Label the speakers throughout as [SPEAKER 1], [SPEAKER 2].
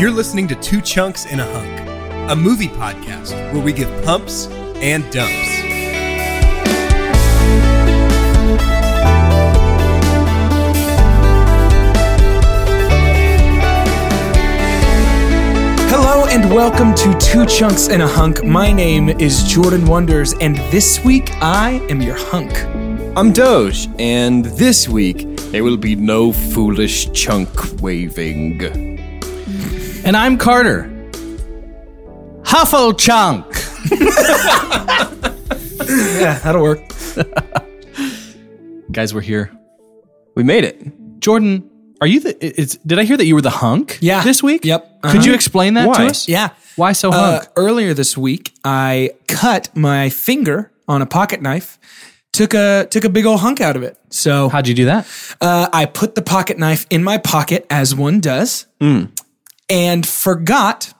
[SPEAKER 1] You're listening to Two Chunks in a Hunk, a movie podcast where we give pumps and dumps.
[SPEAKER 2] Hello and welcome to Two Chunks and a Hunk. My name is Jordan Wonders, and this week I am your hunk.
[SPEAKER 3] I'm Doge, and this week there will be no foolish chunk waving.
[SPEAKER 4] And I'm Carter. Huffle Chunk.
[SPEAKER 2] Yeah, that'll work.
[SPEAKER 4] Guys, we're here.
[SPEAKER 3] We made it.
[SPEAKER 4] Jordan, are you the i- it's did I hear that you were the hunk
[SPEAKER 2] Yeah.
[SPEAKER 4] this week?
[SPEAKER 2] Yep.
[SPEAKER 4] Could
[SPEAKER 2] Uh-huh.
[SPEAKER 4] you explain that to
[SPEAKER 3] Why?
[SPEAKER 4] us?
[SPEAKER 2] Yeah.
[SPEAKER 4] Why so
[SPEAKER 2] Uh,
[SPEAKER 4] hunk?
[SPEAKER 2] earlier this week, I cut my finger on a pocket knife. Took a took a big old hunk out of it. So
[SPEAKER 4] How'd you do that?
[SPEAKER 2] uh, I put the pocket knife in my pocket as one does,
[SPEAKER 4] Hmm.
[SPEAKER 2] and forgot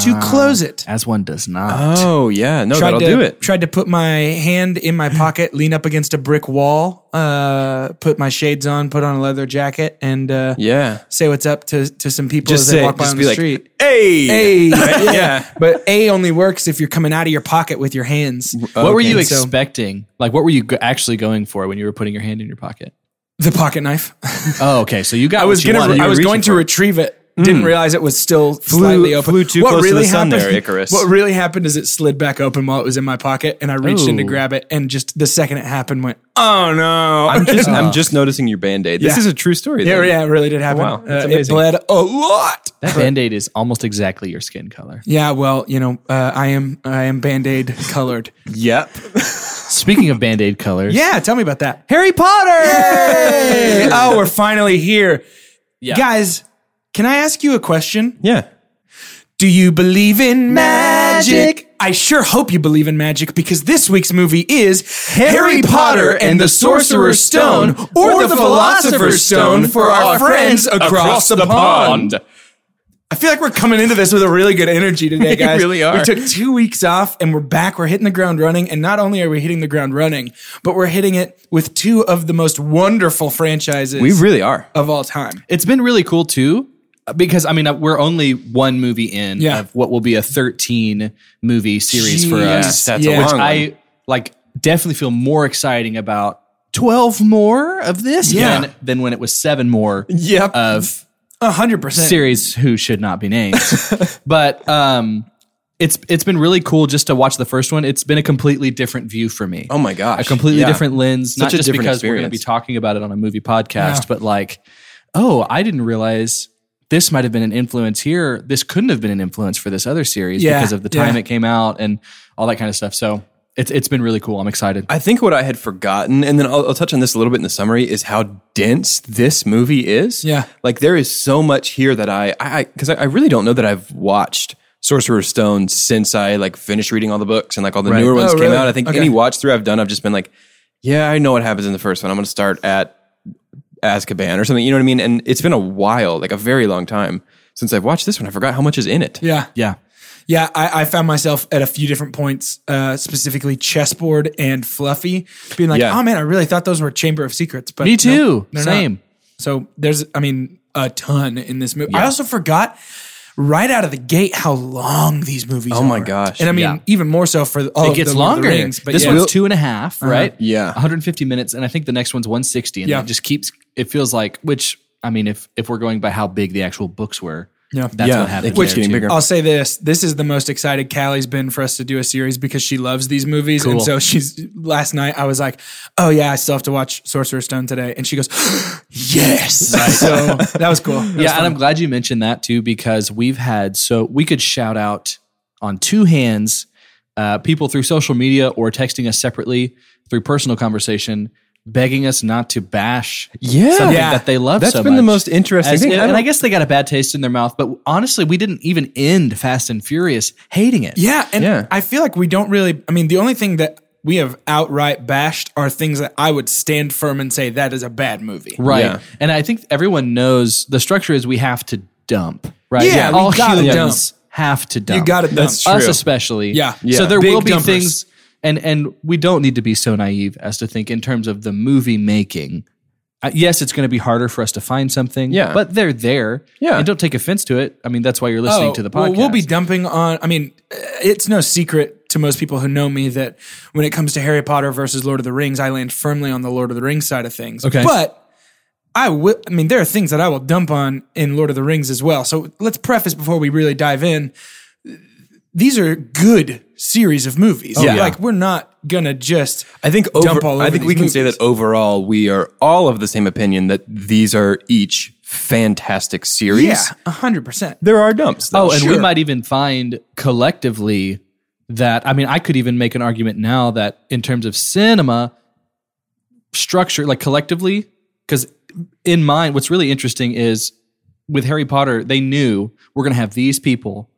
[SPEAKER 2] to
[SPEAKER 4] Ah.
[SPEAKER 2] close it.
[SPEAKER 4] As one does not.
[SPEAKER 3] Oh yeah, no, that'll
[SPEAKER 2] to,
[SPEAKER 3] do it.
[SPEAKER 2] Tried to put my hand in my pocket, lean up against a brick wall, uh, put my shades on, put on a leather jacket, and uh,
[SPEAKER 3] Yeah,
[SPEAKER 2] say what's up to, to some people
[SPEAKER 3] just
[SPEAKER 2] as they
[SPEAKER 3] say,
[SPEAKER 2] walk by
[SPEAKER 3] just
[SPEAKER 2] on
[SPEAKER 3] be
[SPEAKER 2] the
[SPEAKER 3] like,
[SPEAKER 2] street.
[SPEAKER 3] hey,
[SPEAKER 2] Hey,
[SPEAKER 3] Right? yeah.
[SPEAKER 2] but A only works if you're coming out of your pocket with your hands.
[SPEAKER 4] what were
[SPEAKER 2] Okay,
[SPEAKER 4] you
[SPEAKER 2] so-
[SPEAKER 4] expecting? Like what were you go- actually going for when you were putting your hand in your pocket?
[SPEAKER 2] The pocket knife.
[SPEAKER 4] Oh, okay. So you got
[SPEAKER 2] I was
[SPEAKER 4] what you
[SPEAKER 2] gonna.
[SPEAKER 4] wanted.
[SPEAKER 2] I was
[SPEAKER 3] reaching
[SPEAKER 2] going to
[SPEAKER 3] for it.
[SPEAKER 2] retrieve it. Didn't realize it was still slightly open.
[SPEAKER 3] Mm. flew too close to the sun there, Icarus.
[SPEAKER 2] What really happened is it slid back open while it was in my pocket, and I reached in to
[SPEAKER 4] Ooh.
[SPEAKER 2] grab it, and just the second it happened, went, "Oh no!"
[SPEAKER 3] I'm just, I'm just noticing your band aid. This
[SPEAKER 2] Yeah.
[SPEAKER 3] is a true story.
[SPEAKER 2] Yeah,
[SPEAKER 3] then.
[SPEAKER 2] yeah, it really did happen.
[SPEAKER 3] Wow, that's
[SPEAKER 2] uh, it
[SPEAKER 3] amazing.
[SPEAKER 2] bled a lot.
[SPEAKER 4] that band-aid is almost exactly your skin color.
[SPEAKER 2] Yeah, well, you know, uh, I am I am band aid colored.
[SPEAKER 3] Yep.
[SPEAKER 4] Speaking of band-aid colors.
[SPEAKER 2] yeah, tell me about that. Harry Potter. oh, we're finally here,
[SPEAKER 4] Yeah.
[SPEAKER 2] guys. Can I ask you a question?
[SPEAKER 3] yeah.
[SPEAKER 2] Do you believe in magic? I sure hope you believe in magic because this week's movie is Harry Potter and the Sorcerer's Stone or the Philosopher's Stone for our friends across the pond. I feel like we're coming into this with a really good energy today, guys.
[SPEAKER 3] really are.
[SPEAKER 2] We took two weeks off and we're back. We're hitting the ground running. And not only are we hitting the ground running, but we're hitting it with two of the most wonderful franchises
[SPEAKER 3] We really are.
[SPEAKER 2] of all time.
[SPEAKER 4] It's been really cool too, because I mean we're only one movie in
[SPEAKER 2] Yeah.
[SPEAKER 4] of what will be a thirteen movie series for
[SPEAKER 2] Jeez,
[SPEAKER 4] us,
[SPEAKER 3] that's
[SPEAKER 2] yeah.
[SPEAKER 3] a long
[SPEAKER 4] which
[SPEAKER 3] one.
[SPEAKER 4] I like. Definitely feel more exciting about twelve more of this
[SPEAKER 2] Yeah.
[SPEAKER 4] than than when it was seven more
[SPEAKER 2] Yep.
[SPEAKER 4] of
[SPEAKER 2] A hundred percent.
[SPEAKER 4] series who should not be named. but um, it's it's been really cool just to watch the first one. It's been a completely different view for me.
[SPEAKER 3] Oh my gosh.
[SPEAKER 4] a completely
[SPEAKER 3] Yeah.
[SPEAKER 4] different lens.
[SPEAKER 3] Such
[SPEAKER 4] not
[SPEAKER 3] a
[SPEAKER 4] just
[SPEAKER 3] different
[SPEAKER 4] because we're going to be
[SPEAKER 3] experience.
[SPEAKER 4] talking about it on a movie podcast,
[SPEAKER 2] Yeah.
[SPEAKER 4] but like, oh, I didn't realize this might have been an influence here. This couldn't have been an influence for this other series
[SPEAKER 2] Yeah,
[SPEAKER 4] because of the time
[SPEAKER 2] yeah.
[SPEAKER 4] it came out and all that kind of stuff. So it's it's been really cool. I'm excited.
[SPEAKER 3] I think what I had forgotten, and then I'll, I'll touch on this a little bit in the summary, is how dense this movie is.
[SPEAKER 2] Yeah.
[SPEAKER 3] like there is so much here that I, I because I, I really don't know that I've watched Sorcerer's Stone since I like finished reading all the books and like all the newer ones
[SPEAKER 2] Oh,
[SPEAKER 3] came
[SPEAKER 2] really?
[SPEAKER 3] out. I think
[SPEAKER 2] Okay.
[SPEAKER 3] any watch through I've done, I've just been like, yeah, I know what happens in the first one. I'm going to start at Azkaban or something. You know what I mean? And it's been a while, like a very long time since I've watched this one. I forgot how much is in it.
[SPEAKER 2] Yeah.
[SPEAKER 4] yeah.
[SPEAKER 2] Yeah, I, I found myself at a few different points, uh, specifically chessboard and fluffy, being like,
[SPEAKER 3] Yeah.
[SPEAKER 2] "Oh man, I really thought those were Chamber of Secrets." But
[SPEAKER 4] Me
[SPEAKER 2] nope,
[SPEAKER 4] too.
[SPEAKER 2] they're not.
[SPEAKER 4] Same.
[SPEAKER 2] So there's, I mean, a ton in this movie. I also forgot right out of the gate how long these movies are.
[SPEAKER 3] Oh my gosh.
[SPEAKER 2] And I mean,
[SPEAKER 4] Yeah.
[SPEAKER 2] even more so for all
[SPEAKER 4] it
[SPEAKER 2] of
[SPEAKER 4] gets
[SPEAKER 2] the Lord of
[SPEAKER 4] longer.
[SPEAKER 2] the Rings, but
[SPEAKER 4] this
[SPEAKER 2] yeah. Uh-huh.
[SPEAKER 4] one's two and a half, right?
[SPEAKER 3] Yeah.
[SPEAKER 4] 150 minutes, and I think the next one's 160, and
[SPEAKER 2] Yeah.
[SPEAKER 4] it just keeps. It feels like which I mean, if if we're going by how big the actual books were,
[SPEAKER 2] Yeah.
[SPEAKER 4] that's
[SPEAKER 3] Yeah,
[SPEAKER 4] what
[SPEAKER 3] it
[SPEAKER 4] happened.
[SPEAKER 3] keeps
[SPEAKER 4] there,
[SPEAKER 3] getting
[SPEAKER 4] too.
[SPEAKER 3] bigger.
[SPEAKER 2] I'll say this: this is the most excited Callie's been for us to do a series because she loves these movies, and
[SPEAKER 4] Cool.
[SPEAKER 2] so she's. Last night I was like, "Oh yeah, I still have to watch Sorcerer's Stone today," and she goes, "Yes!" So that was cool. That was
[SPEAKER 4] yeah,
[SPEAKER 2] fun.
[SPEAKER 4] and I'm glad you mentioned that too because we've had so we could shout out on two hands uh, people through social media or texting us separately through personal conversation, begging us not to bash
[SPEAKER 3] Yeah.
[SPEAKER 4] something
[SPEAKER 2] Yeah.
[SPEAKER 4] that they love.
[SPEAKER 3] That's
[SPEAKER 4] so
[SPEAKER 3] been the
[SPEAKER 4] much.
[SPEAKER 3] most interesting
[SPEAKER 4] As-
[SPEAKER 3] thing.
[SPEAKER 4] And,
[SPEAKER 3] I
[SPEAKER 4] and I
[SPEAKER 3] don't-
[SPEAKER 4] guess they got a bad taste in their mouth, but honestly, we didn't even end Fast and Furious hating it.
[SPEAKER 2] Yeah, and
[SPEAKER 3] Yeah.
[SPEAKER 2] I feel like we don't really. I mean, the only thing that we have outright bashed are things that I would stand firm and say that is a bad movie.
[SPEAKER 4] Right.
[SPEAKER 3] Yeah.
[SPEAKER 4] And I think everyone knows the structure is we have to dump, right?
[SPEAKER 2] Yeah, we
[SPEAKER 4] all
[SPEAKER 2] gotta
[SPEAKER 4] humans have to dump.
[SPEAKER 2] You got it.
[SPEAKER 3] That's
[SPEAKER 2] done.
[SPEAKER 4] us
[SPEAKER 3] True.
[SPEAKER 4] especially.
[SPEAKER 2] Yeah. Yeah.
[SPEAKER 4] So there
[SPEAKER 2] Big
[SPEAKER 4] will be
[SPEAKER 2] dumpers.
[SPEAKER 4] things and and we don't need to be so naive as to think in terms of the movie making. Uh, yes, it's going to be harder for us to find something,
[SPEAKER 3] Yeah.
[SPEAKER 4] but they're there.
[SPEAKER 3] Yeah.
[SPEAKER 4] And don't take offense to it. I mean, that's why you're listening
[SPEAKER 2] Oh,
[SPEAKER 4] to the
[SPEAKER 2] well,
[SPEAKER 4] podcast.
[SPEAKER 2] we'll be dumping on. I mean, uh, it's no secret to most people who know me that when it comes to Harry Potter versus Lord of the Rings, I land firmly on the Lord of the Rings side of things.
[SPEAKER 4] Okay.
[SPEAKER 2] but I will. I mean, there are things that I will dump on in Lord of the Rings as well. So let's preface before we really dive in. These are good series of movies.
[SPEAKER 4] Oh,
[SPEAKER 3] yeah.
[SPEAKER 2] like we're not gonna just.
[SPEAKER 3] I think
[SPEAKER 2] dump
[SPEAKER 3] over,
[SPEAKER 2] all
[SPEAKER 3] I
[SPEAKER 2] over
[SPEAKER 3] think
[SPEAKER 2] these
[SPEAKER 3] we can say
[SPEAKER 2] movies.
[SPEAKER 3] that overall we are all of the same opinion that these are each fantastic series.
[SPEAKER 2] Yeah, hundred percent.
[SPEAKER 3] There are dumps. Though.
[SPEAKER 4] Oh, and we
[SPEAKER 3] Sure.
[SPEAKER 4] might even find collectively that I mean, I could even make an argument now that in terms of cinema structure, like collectively, because in mind, what's really interesting is with Harry Potter, they knew we're going to have these people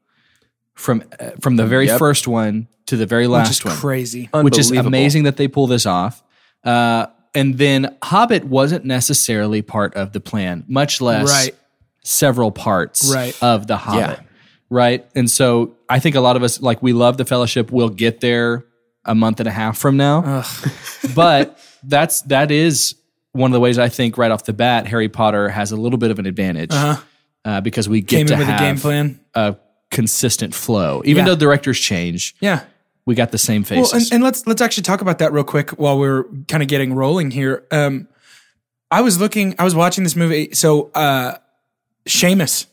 [SPEAKER 4] from uh, from the very first one to the very
[SPEAKER 2] Which
[SPEAKER 4] last
[SPEAKER 2] is
[SPEAKER 4] one,
[SPEAKER 2] crazy.
[SPEAKER 4] which is
[SPEAKER 3] Unbelievable.
[SPEAKER 4] amazing that they pull this off. Uh, and then Hobbit wasn't necessarily part of the plan, much less
[SPEAKER 2] Right.
[SPEAKER 4] several parts
[SPEAKER 2] Right.
[SPEAKER 4] of the Hobbit,
[SPEAKER 3] Yeah.
[SPEAKER 4] right? And so I think a lot of us like we love the Fellowship. We'll get there a month and a half from now, but that's that is one of the ways I think right off the bat Harry Potter has a little bit of an advantage uh because we get
[SPEAKER 2] Uh-huh. Came
[SPEAKER 4] to
[SPEAKER 2] in with a
[SPEAKER 4] have
[SPEAKER 2] game plan.
[SPEAKER 4] a consistent flow, even
[SPEAKER 2] Yeah.
[SPEAKER 4] though directors change.
[SPEAKER 2] Yeah.
[SPEAKER 4] We got the same faces.
[SPEAKER 2] Well, and, and let's let's actually talk about that real quick while we're kind of getting rolling here. Um, I was looking, I was watching this movie. So, uh, Seamus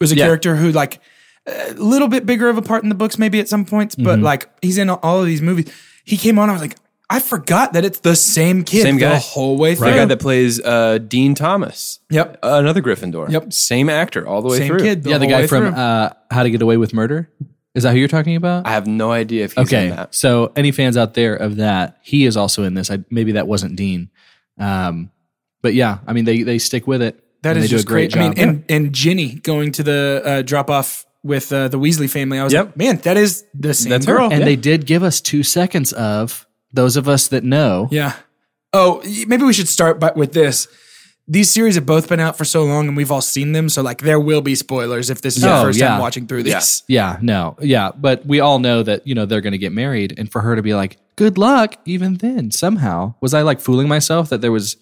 [SPEAKER 2] was a
[SPEAKER 4] Yeah.
[SPEAKER 2] character who like a little bit bigger of a part in the books, maybe at some points, but like he's in all of these movies. He came on, I was like, I forgot that it's the same kid
[SPEAKER 3] Same guy.
[SPEAKER 2] the whole way through.
[SPEAKER 3] the guy that plays uh, Dean Thomas.
[SPEAKER 2] Yep.
[SPEAKER 3] Another Gryffindor.
[SPEAKER 2] Yep.
[SPEAKER 3] Same actor all the way
[SPEAKER 2] same
[SPEAKER 3] through.
[SPEAKER 2] kid. The
[SPEAKER 4] yeah, the
[SPEAKER 2] whole
[SPEAKER 4] guy
[SPEAKER 2] way
[SPEAKER 4] from
[SPEAKER 2] through.
[SPEAKER 4] uh, How to Get Away with Murder. Is that who you're talking about?
[SPEAKER 3] I have no idea if he's in
[SPEAKER 4] okay,
[SPEAKER 3] that.
[SPEAKER 4] so any fans out there of that, he is also in this. I, maybe that wasn't Dean, um, but yeah, I mean they they stick with it.
[SPEAKER 2] That
[SPEAKER 4] and
[SPEAKER 2] is
[SPEAKER 4] they
[SPEAKER 2] just
[SPEAKER 4] do a great
[SPEAKER 2] great. I mean,
[SPEAKER 4] job.
[SPEAKER 2] and and Ginny going to the uh, drop off with uh, the Weasley family. I was
[SPEAKER 3] Yep.
[SPEAKER 2] like, man, that is the same
[SPEAKER 3] That's her.
[SPEAKER 2] girl.
[SPEAKER 4] and they did give us two seconds of those of us that know.
[SPEAKER 2] Yeah. Oh, y- maybe we should start by, with this. These series have both been out for so long and we've all seen them. So, like, there will be spoilers if this is
[SPEAKER 4] Oh,
[SPEAKER 2] your first
[SPEAKER 4] yeah.
[SPEAKER 2] time watching through these.
[SPEAKER 4] Yeah, no, yeah, but we all know that you know they're going to get married, and for her to be like, "Good luck," even then, somehow was I like fooling myself that there was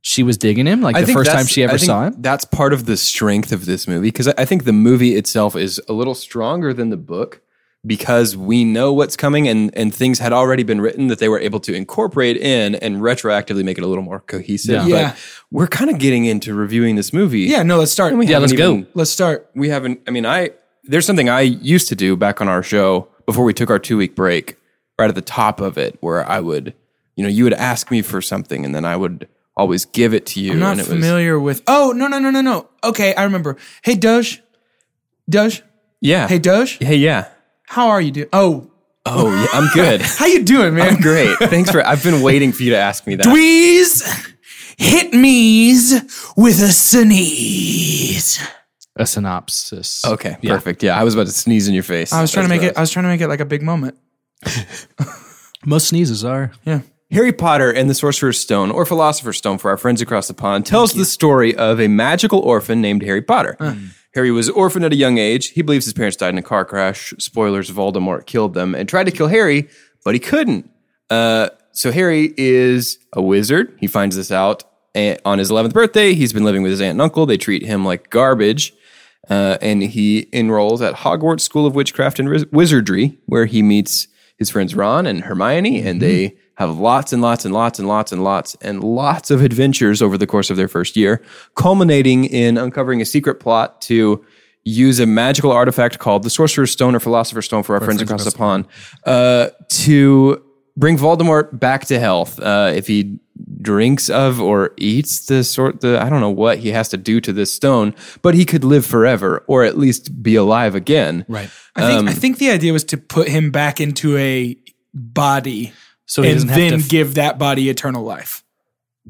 [SPEAKER 4] she was digging him like the first
[SPEAKER 3] that's-
[SPEAKER 4] time she ever
[SPEAKER 3] I think
[SPEAKER 4] saw him.
[SPEAKER 3] That's part of the strength of this movie because I, I think the movie itself is a little stronger than the book because we know what's coming and and things had already been written that they were able to incorporate in and retroactively make it a little more cohesive.
[SPEAKER 4] Yeah.
[SPEAKER 3] But
[SPEAKER 2] Yeah.
[SPEAKER 3] we're kind of getting into reviewing this movie.
[SPEAKER 2] Yeah, no, let's start.
[SPEAKER 3] And we
[SPEAKER 4] Yeah,
[SPEAKER 3] haven't
[SPEAKER 4] let's go.
[SPEAKER 3] even-
[SPEAKER 2] Let's start.
[SPEAKER 3] we haven't i mean i there's something i used to do back on our show before we took our two week break right at the top of it where i would you know you would ask me for something and then i would always give it to you
[SPEAKER 2] I'm not
[SPEAKER 3] and it
[SPEAKER 2] familiar with. Oh, no, no, no, no, no. Okay, I remember. Hey, Doge. Doge.
[SPEAKER 3] was yeah
[SPEAKER 2] Hey, Doge.
[SPEAKER 3] hey yeah
[SPEAKER 2] How are you doing? Oh,
[SPEAKER 3] oh yeah, i'm good
[SPEAKER 2] how you doing, man?
[SPEAKER 3] i'm great thanks for i've been waiting for you to ask me that
[SPEAKER 2] Please hit me's with a sneeze.
[SPEAKER 4] A synopsis.
[SPEAKER 3] okay perfect yeah i was about to sneeze in your face
[SPEAKER 2] I was trying to
[SPEAKER 3] That's
[SPEAKER 2] make
[SPEAKER 3] what
[SPEAKER 2] it. I was trying to make it like a big moment.
[SPEAKER 4] Most sneezes are.
[SPEAKER 2] Yeah.
[SPEAKER 3] uh, Harry Potter and the Sorcerer's Stone, or Philosopher's Stone for our friends across the pond, tells the story of a magical orphan named Harry Potter. Harry was orphaned at a young age. He believes his parents died in a car crash. Spoilers Voldemort killed them and tried to kill Harry, but he couldn't. Uh, so Harry is a wizard. He finds this out eh, on his 11th birthday. He's been living with his aunt and uncle. They treat him like garbage. Uh, and he enrolls at Hogwarts School of Witchcraft and Wiz- Wizardry, where he meets his friends Ron and Hermione, and they have lots and lots and lots and lots and lots and lots of adventures over the course of their first year, culminating in uncovering a secret plot to use a magical artifact called the Sorcerer's Stone or Philosopher's Stone for our friends across the pond uh, to bring Voldemort back to health. Uh, if he drinks of or eats the sort the I don't know what he has to do to this stone, but he could live forever or at least be alive again.
[SPEAKER 4] Right. Um,
[SPEAKER 2] I think, I think the idea was to put him back into a body
[SPEAKER 4] So he
[SPEAKER 2] and
[SPEAKER 4] doesn't have
[SPEAKER 2] then
[SPEAKER 4] to f-
[SPEAKER 2] give that body eternal life.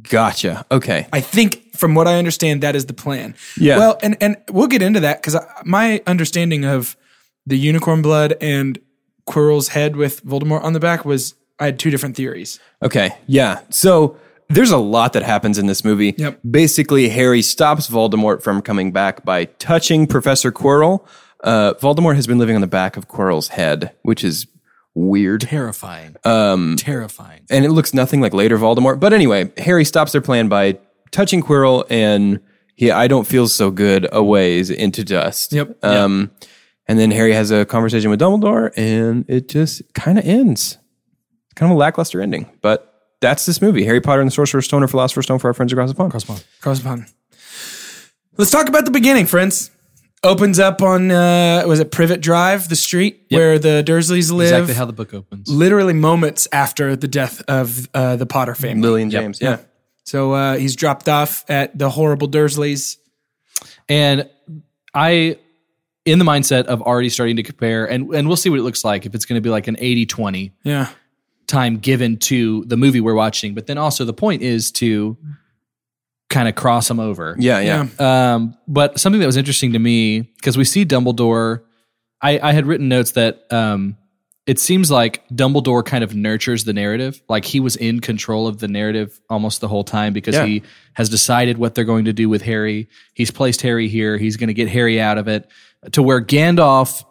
[SPEAKER 3] Gotcha. Okay.
[SPEAKER 2] I think, from what I understand, that is the plan.
[SPEAKER 3] Yeah.
[SPEAKER 2] Well, and and we'll get into that because my understanding of the unicorn blood and Quirrell's head with Voldemort on the back was I had two different theories.
[SPEAKER 3] Okay. Yeah. So there's a lot that happens in this movie.
[SPEAKER 2] Yep.
[SPEAKER 3] Basically, Harry stops Voldemort from coming back by touching Professor Quirrell. Uh, Voldemort has been living on the back of Quirrell's head, which is weird.
[SPEAKER 4] terrifying. Um, terrifying.
[SPEAKER 3] and it looks nothing like later Voldemort. But anyway, Harry stops their plan by touching Quirrell and he I don't feel so good aways into dust.
[SPEAKER 2] Yep.
[SPEAKER 3] Um and then Harry has a conversation with Dumbledore and it just kind of ends. It's kind of a lackluster ending, but that's this movie, Harry Potter and the Sorcerer's Stone or Philosopher's Stone for our friends across the pond.
[SPEAKER 2] Cross upon. Let's talk about the beginning, friends. Opens up on uh, was it Privet Drive, the street where the Dursleys live.
[SPEAKER 4] Exactly how the book opens.
[SPEAKER 2] literally moments after the death of uh, the Potter family.
[SPEAKER 3] Lily and James, yeah.
[SPEAKER 2] So uh, he's dropped off at the horrible Dursleys.
[SPEAKER 4] And I, in the mindset of already starting to compare, and, and we'll see what it looks like if it's going to be like an 80 20
[SPEAKER 2] Yeah.
[SPEAKER 4] time given to the movie we're watching. But then also the point is to kind of cross them over.
[SPEAKER 3] Yeah, yeah.
[SPEAKER 4] Um, but something that was interesting to me because we see Dumbledore. I, I had written notes that um, it seems like Dumbledore kind of nurtures the narrative. Like he was in control of the narrative almost the whole time because
[SPEAKER 3] Yeah.
[SPEAKER 4] he has decided what they're going to do with Harry. He's placed Harry here. He's going to get Harry out of it to where Gandalf.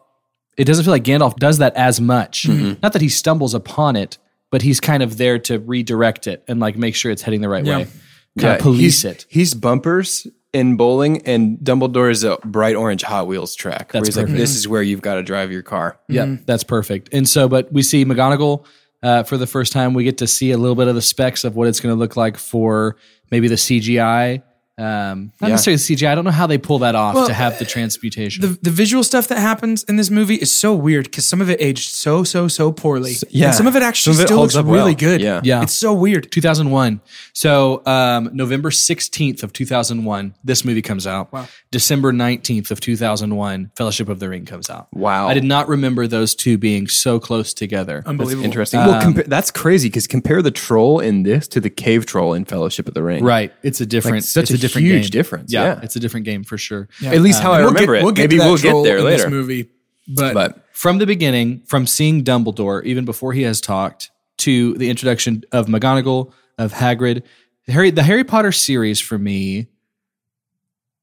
[SPEAKER 4] It doesn't feel like Gandalf does that as much.
[SPEAKER 3] Mm-hmm.
[SPEAKER 4] Not that he stumbles upon it, but he's kind of there to redirect it and like make sure it's heading the right way. Kind
[SPEAKER 3] Yeah,
[SPEAKER 4] of police
[SPEAKER 3] he's,
[SPEAKER 4] it.
[SPEAKER 3] He's bumpers in bowling, and Dumbledore is a bright orange Hot Wheels track. where
[SPEAKER 4] That's
[SPEAKER 3] he's like, this is where you've got to drive your car.
[SPEAKER 4] Yeah, that's perfect. And so, but we see McGonagall uh, for the first time. We get to see a little bit of the specs of what it's going to look like for maybe the CGI. Um, not necessarily CGI. I don't know how they pull that off to have the transmutation.
[SPEAKER 2] The, the visual stuff that happens in this movie is so weird because some of it aged so, so, so poorly.
[SPEAKER 3] yeah.
[SPEAKER 2] And some of it actually
[SPEAKER 3] Some of it
[SPEAKER 2] still
[SPEAKER 3] holds
[SPEAKER 2] looks
[SPEAKER 3] up well.
[SPEAKER 2] really good.
[SPEAKER 3] Yeah.
[SPEAKER 4] Yeah.
[SPEAKER 2] It's so weird.
[SPEAKER 4] 2001. So um, November 16th of 2001, this movie comes out. December 19th of 2001, Fellowship of the Ring comes out.
[SPEAKER 3] Wow.
[SPEAKER 4] I did not remember those two being so close together.
[SPEAKER 2] Unbelievable.
[SPEAKER 3] Interesting. Um, well, compa- that's crazy because compare the troll in this to the cave troll in Fellowship of the Ring.
[SPEAKER 4] Right. It's a different,
[SPEAKER 3] Like, such
[SPEAKER 4] it's
[SPEAKER 3] a
[SPEAKER 4] a, different
[SPEAKER 3] huge
[SPEAKER 4] game.
[SPEAKER 3] difference, yeah.
[SPEAKER 4] It's a different game for sure.
[SPEAKER 3] At least how I
[SPEAKER 2] We'll
[SPEAKER 3] remember
[SPEAKER 2] get,
[SPEAKER 3] it.
[SPEAKER 2] We'll get
[SPEAKER 3] Maybe
[SPEAKER 2] to that
[SPEAKER 3] we'll get
[SPEAKER 2] troll
[SPEAKER 3] there
[SPEAKER 2] in
[SPEAKER 3] later.
[SPEAKER 2] This movie, but,
[SPEAKER 3] But
[SPEAKER 4] from the beginning, from seeing Dumbledore, even before he has talked, to the introduction of McGonagall, of Hagrid, Harry, the Harry Potter series for me,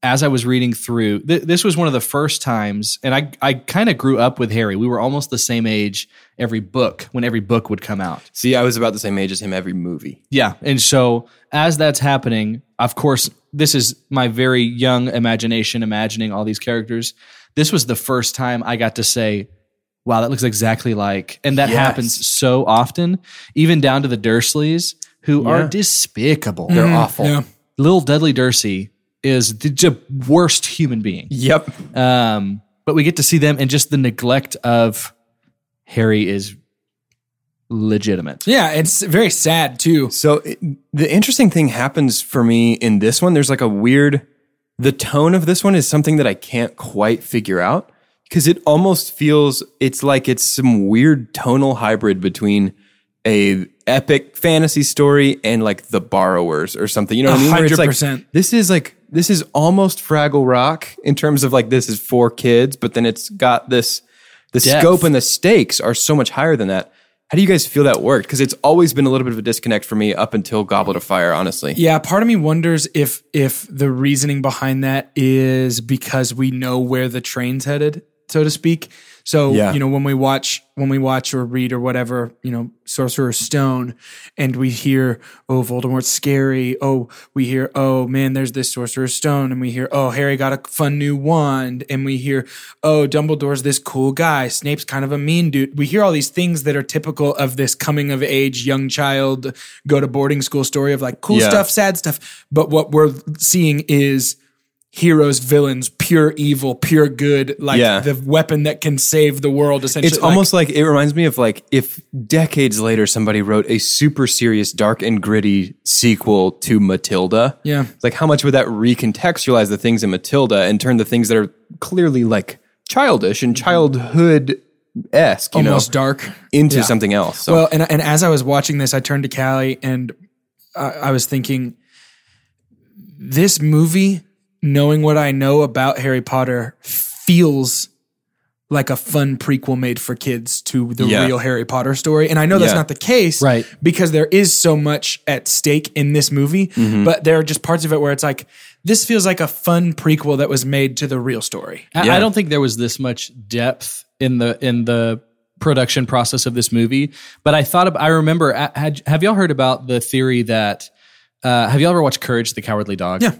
[SPEAKER 4] as I was reading through, th- this was one of the first times, and I, I kind of grew up with Harry. We were almost the same age every book, when every book would come out.
[SPEAKER 3] see, I was about the same age as him every movie.
[SPEAKER 4] Yeah. And so as that's happening, of course, this is my very young imagination imagining all these characters. This was the first time I got to say, wow, that looks exactly like, and that
[SPEAKER 3] Yes.
[SPEAKER 4] happens so often, even down to the Dursleys, who are despicable. Mm-hmm.
[SPEAKER 3] They're awful.
[SPEAKER 2] yeah.
[SPEAKER 4] Little Dudley Dursley is the j- worst human being.
[SPEAKER 3] Yep.
[SPEAKER 4] Um, but we get to see them and just the neglect of Harry is legitimate.
[SPEAKER 2] Yeah. It's very sad, too.
[SPEAKER 3] So it, the interesting thing happens for me in this one. There's like a weird. The tone of this one is something that I can't quite figure out because it almost feels it's like it's some weird tonal hybrid between a epic fantasy story and like the borrowers or something. You know what I mean? Where it's like,
[SPEAKER 2] 100%.
[SPEAKER 3] this is like this is almost Fraggle Rock in terms of like this is for kids, but then it's got this the
[SPEAKER 4] Depth.
[SPEAKER 3] scope and the stakes are so much higher than that. How do you guys feel that worked? Because it's always been a little bit of a disconnect for me up until Goblet of Fire, honestly.
[SPEAKER 2] Yeah, part of me wonders if if the reasoning behind that is because we know where the train's headed so to speak. So
[SPEAKER 3] Yeah.
[SPEAKER 2] you know when we watch when we watch or read or whatever you know Sorcerer's Stone, and we hear oh Voldemort's scary. Oh we hear oh man there's this Sorcerer's Stone, and we hear oh Harry got a fun new wand, and we hear oh Dumbledore's this cool guy. Snape's kind of a mean dude. We hear all these things that are typical of this coming of age young child go to boarding school story of like cool
[SPEAKER 3] Yeah.
[SPEAKER 2] stuff, sad stuff. But what we're seeing is heroes, villains, pure evil, pure good, like
[SPEAKER 3] Yeah.
[SPEAKER 2] the weapon that can save the world. Essentially,
[SPEAKER 3] It's almost like it reminds me of like if decades later somebody wrote a super serious, dark and gritty sequel to Matilda.
[SPEAKER 2] Yeah.
[SPEAKER 3] It's like how much would that recontextualize the things in Matilda and turn the things that are clearly like childish and childhood esque, you
[SPEAKER 2] Mm-hmm. almost
[SPEAKER 3] know,
[SPEAKER 2] dark.
[SPEAKER 3] into something else. So
[SPEAKER 2] Well, and and as I was watching this, I turned to Callie and I, I was thinking, this movie, knowing what I know about Harry Potter, feels like a fun prequel made for kids to the
[SPEAKER 3] Yeah.
[SPEAKER 2] real Harry Potter story. And I know that's
[SPEAKER 3] Yeah.
[SPEAKER 2] not the case,
[SPEAKER 4] Right.
[SPEAKER 2] Because there is so much at stake in this movie,
[SPEAKER 3] Mm-hmm.
[SPEAKER 2] but there are just parts of it where it's like this feels like a fun prequel that was made to the real story.
[SPEAKER 4] I,
[SPEAKER 3] Yeah.
[SPEAKER 4] I don't think there was this much depth in the in the production process of this movie. But I thought, ab- I remember. a- Had, have y'all heard about the theory that? Uh, have y'all ever watched Courage the Cowardly Dog? Yeah.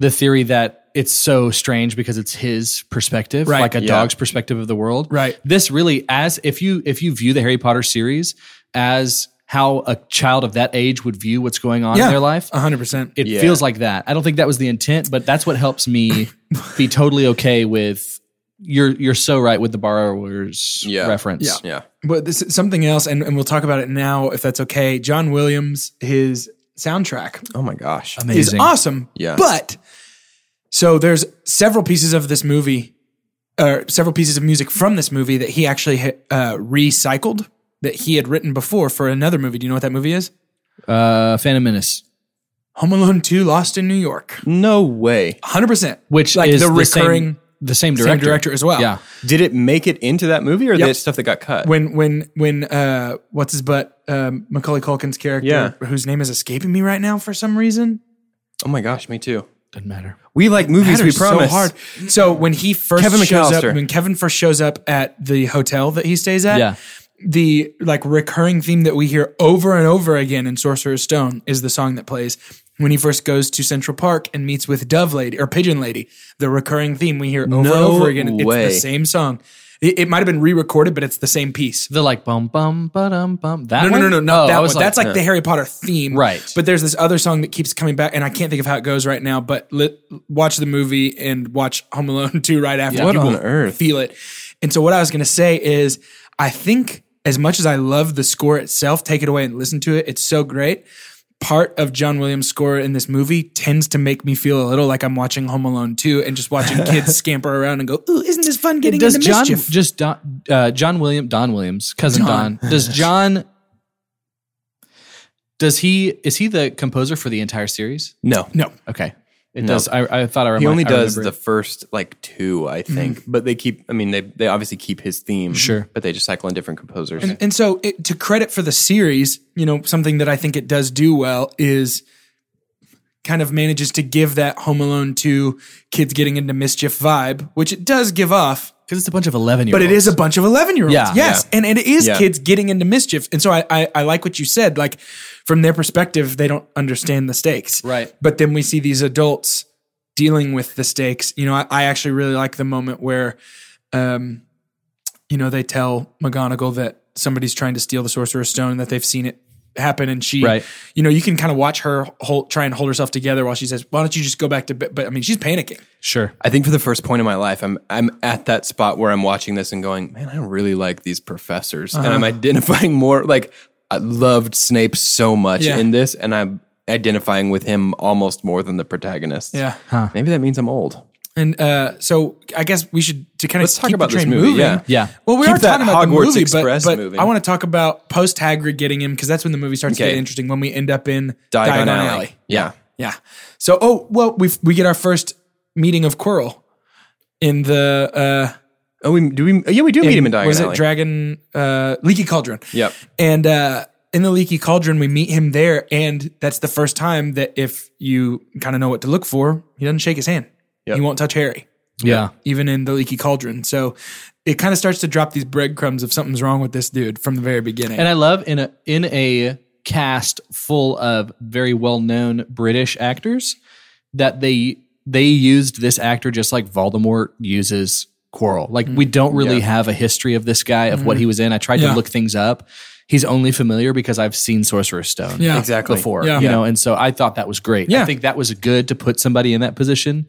[SPEAKER 4] The theory that it's so strange because it's his perspective,
[SPEAKER 2] Right.
[SPEAKER 4] like a dog's perspective of the world.
[SPEAKER 2] Right.
[SPEAKER 4] This really, as if you if you view the Harry Potter series as how a child of that age would view what's going on in their life,
[SPEAKER 2] hundred percent.
[SPEAKER 4] it feels like that. I don't think that was the intent, but that's what helps me be totally okay with you're you're so right with the borrower's
[SPEAKER 3] Yeah.
[SPEAKER 4] reference.
[SPEAKER 3] yeah.
[SPEAKER 2] But this is something else, and, and we'll talk about it now if that's okay. John Williams, his soundtrack
[SPEAKER 3] Oh my gosh.
[SPEAKER 2] is awesome.
[SPEAKER 3] Yeah.
[SPEAKER 2] But so there's several pieces of this movie, or several pieces of music from this movie that he actually uh, recycled that he had written before for another movie. Do you know what that movie is?
[SPEAKER 4] Uh, Phantom Menace,
[SPEAKER 2] Home Alone 2 Lost in New York.
[SPEAKER 3] No way.
[SPEAKER 2] 100%.
[SPEAKER 4] which
[SPEAKER 2] like
[SPEAKER 4] is
[SPEAKER 2] the
[SPEAKER 4] same-
[SPEAKER 2] recurring
[SPEAKER 4] the same
[SPEAKER 2] same
[SPEAKER 4] director.
[SPEAKER 2] director as well.
[SPEAKER 4] Yeah,
[SPEAKER 3] Did it make it into that movie or that stuff that got cut?
[SPEAKER 2] when when when uh what's his butt um Macaulay Culkin's character
[SPEAKER 3] Yeah.
[SPEAKER 2] whose name is escaping me right now for some reason
[SPEAKER 3] oh my gosh, me too.
[SPEAKER 4] doesn't matter.
[SPEAKER 3] We like movies, we
[SPEAKER 2] matters
[SPEAKER 3] promise.
[SPEAKER 2] so hard. So when he first
[SPEAKER 3] Kevin
[SPEAKER 2] shows up,
[SPEAKER 3] McAllister.
[SPEAKER 2] when Kevin first shows up at the hotel that he stays at,
[SPEAKER 4] Yeah.
[SPEAKER 2] the like recurring theme that we hear over and over again in Sorcerer's Stone is the song that plays when he first goes to Central Park and meets with Dove Lady or Pigeon Lady. The recurring theme we hear over and
[SPEAKER 3] No
[SPEAKER 2] over again.
[SPEAKER 3] way.
[SPEAKER 2] It's the same song. It, it might have been re-recorded, but it's the same piece.
[SPEAKER 4] They're like bum bum ba dum bum. That
[SPEAKER 2] No, no,
[SPEAKER 4] one?
[SPEAKER 2] no, no, not
[SPEAKER 4] Oh, I
[SPEAKER 2] that one.
[SPEAKER 4] was
[SPEAKER 2] That's like the Harry Potter theme,
[SPEAKER 4] Right.
[SPEAKER 2] But there's this other song that keeps coming back, and I can't think of how it goes right now. But li- watch the movie and watch Home Alone two right after.
[SPEAKER 3] What
[SPEAKER 2] You
[SPEAKER 3] on
[SPEAKER 2] will
[SPEAKER 3] earth?
[SPEAKER 2] Feel it. And so what I was gonna say is, I think as much as I love the score itself, take it away and listen to it. It's so great. Part of John Williams' score in this movie tends to make me feel a little like I'm watching Home Alone 2 and just watching kids scamper around and go, Ooh, isn't this fun getting
[SPEAKER 4] does
[SPEAKER 2] into
[SPEAKER 4] John
[SPEAKER 2] mischief?
[SPEAKER 4] just Don, uh, John William Don Williams cousin Don. does John does he is he the composer for the entire series?
[SPEAKER 3] no.
[SPEAKER 2] no.
[SPEAKER 4] Okay, it does. I, I thought I remember.
[SPEAKER 3] He only
[SPEAKER 4] I
[SPEAKER 3] does
[SPEAKER 4] remember
[SPEAKER 3] the first like two, I think. But they keep. I mean, they they obviously keep his theme.
[SPEAKER 4] Sure.
[SPEAKER 3] but they just cycle in different composers.
[SPEAKER 2] And, and so, it, to credit for the series, you know, something that I think it does do well is kind of manages to give that Home Alone 2 kids getting into mischief vibe, which it does give off,
[SPEAKER 4] because it's a bunch of eleven year.
[SPEAKER 2] but it is a bunch of 11 year olds.
[SPEAKER 4] Yeah.
[SPEAKER 2] yes. And, and it is
[SPEAKER 3] Yeah.
[SPEAKER 2] kids getting into mischief. And so, I, I, I like what you said. Like, from their perspective, they don't understand the stakes.
[SPEAKER 4] Right.
[SPEAKER 2] But then we see these adults dealing with the stakes. You know, I, I actually really like the moment where, um, you know, they tell McGonagall that somebody's trying to steal the Sorcerer's Stone, that they've seen it happen, and she,
[SPEAKER 4] Right.
[SPEAKER 2] you know, you can kind of watch her hold, try and hold herself together while she says, "Why don't you just go back to bed?" But I mean, she's panicking.
[SPEAKER 4] sure.
[SPEAKER 3] I think for the first point in my life, I'm I'm at that spot where I'm watching this and going, man, I really like these professors, and I'm identifying more. Like I loved Snape so much
[SPEAKER 2] Yeah.
[SPEAKER 3] in this, and I'm identifying with him almost more than the protagonist.
[SPEAKER 2] Yeah.
[SPEAKER 3] maybe that means I'm old.
[SPEAKER 2] And uh, so I guess we should to kind of
[SPEAKER 3] Let's talk
[SPEAKER 2] keep
[SPEAKER 3] about
[SPEAKER 2] the
[SPEAKER 3] this
[SPEAKER 2] train
[SPEAKER 3] movie,
[SPEAKER 2] Moving,
[SPEAKER 3] yeah.
[SPEAKER 4] Yeah.
[SPEAKER 2] Well, we
[SPEAKER 3] Keep
[SPEAKER 2] are
[SPEAKER 3] that
[SPEAKER 2] talking about
[SPEAKER 3] Hogwarts
[SPEAKER 2] the movie,
[SPEAKER 3] Express
[SPEAKER 2] but, but
[SPEAKER 3] moving.
[SPEAKER 2] I want to talk about post Hagrid getting him because that's when the movie starts to
[SPEAKER 3] Okay.
[SPEAKER 2] get interesting. When we end up in
[SPEAKER 3] Diagon
[SPEAKER 2] Diagon
[SPEAKER 3] Alley. Yeah.
[SPEAKER 2] Yeah. So, oh well, we we get our first meeting of Quirrell in the uh,
[SPEAKER 3] Oh, we do we? Yeah, we do meet him in Diagon
[SPEAKER 2] was it
[SPEAKER 3] Alley.
[SPEAKER 2] Dragon uh, Leaky Cauldron?
[SPEAKER 3] Yep.
[SPEAKER 2] And uh, in the Leaky Cauldron, we meet him there, and that's the first time that if you kind of know what to look for, he doesn't shake his hand. He won't touch Harry.
[SPEAKER 4] Yeah.
[SPEAKER 2] even in the leaky cauldron. So it kind of starts to drop these breadcrumbs of something's wrong with this dude from the very beginning.
[SPEAKER 4] And I love in a in a cast full of very well known British actors that they they used this actor just like Voldemort uses Quirrell. Like we don't really have a history of this guy of what he was in. I tried
[SPEAKER 2] Mm. Yeah.
[SPEAKER 4] to look things up. He's only familiar because I've seen Sorcerer's Stone
[SPEAKER 2] Yeah.
[SPEAKER 3] Exactly.
[SPEAKER 4] before,
[SPEAKER 2] Yeah.
[SPEAKER 4] you know, and so I thought that was great. I
[SPEAKER 2] Yeah.
[SPEAKER 4] think that was good to put somebody in that position,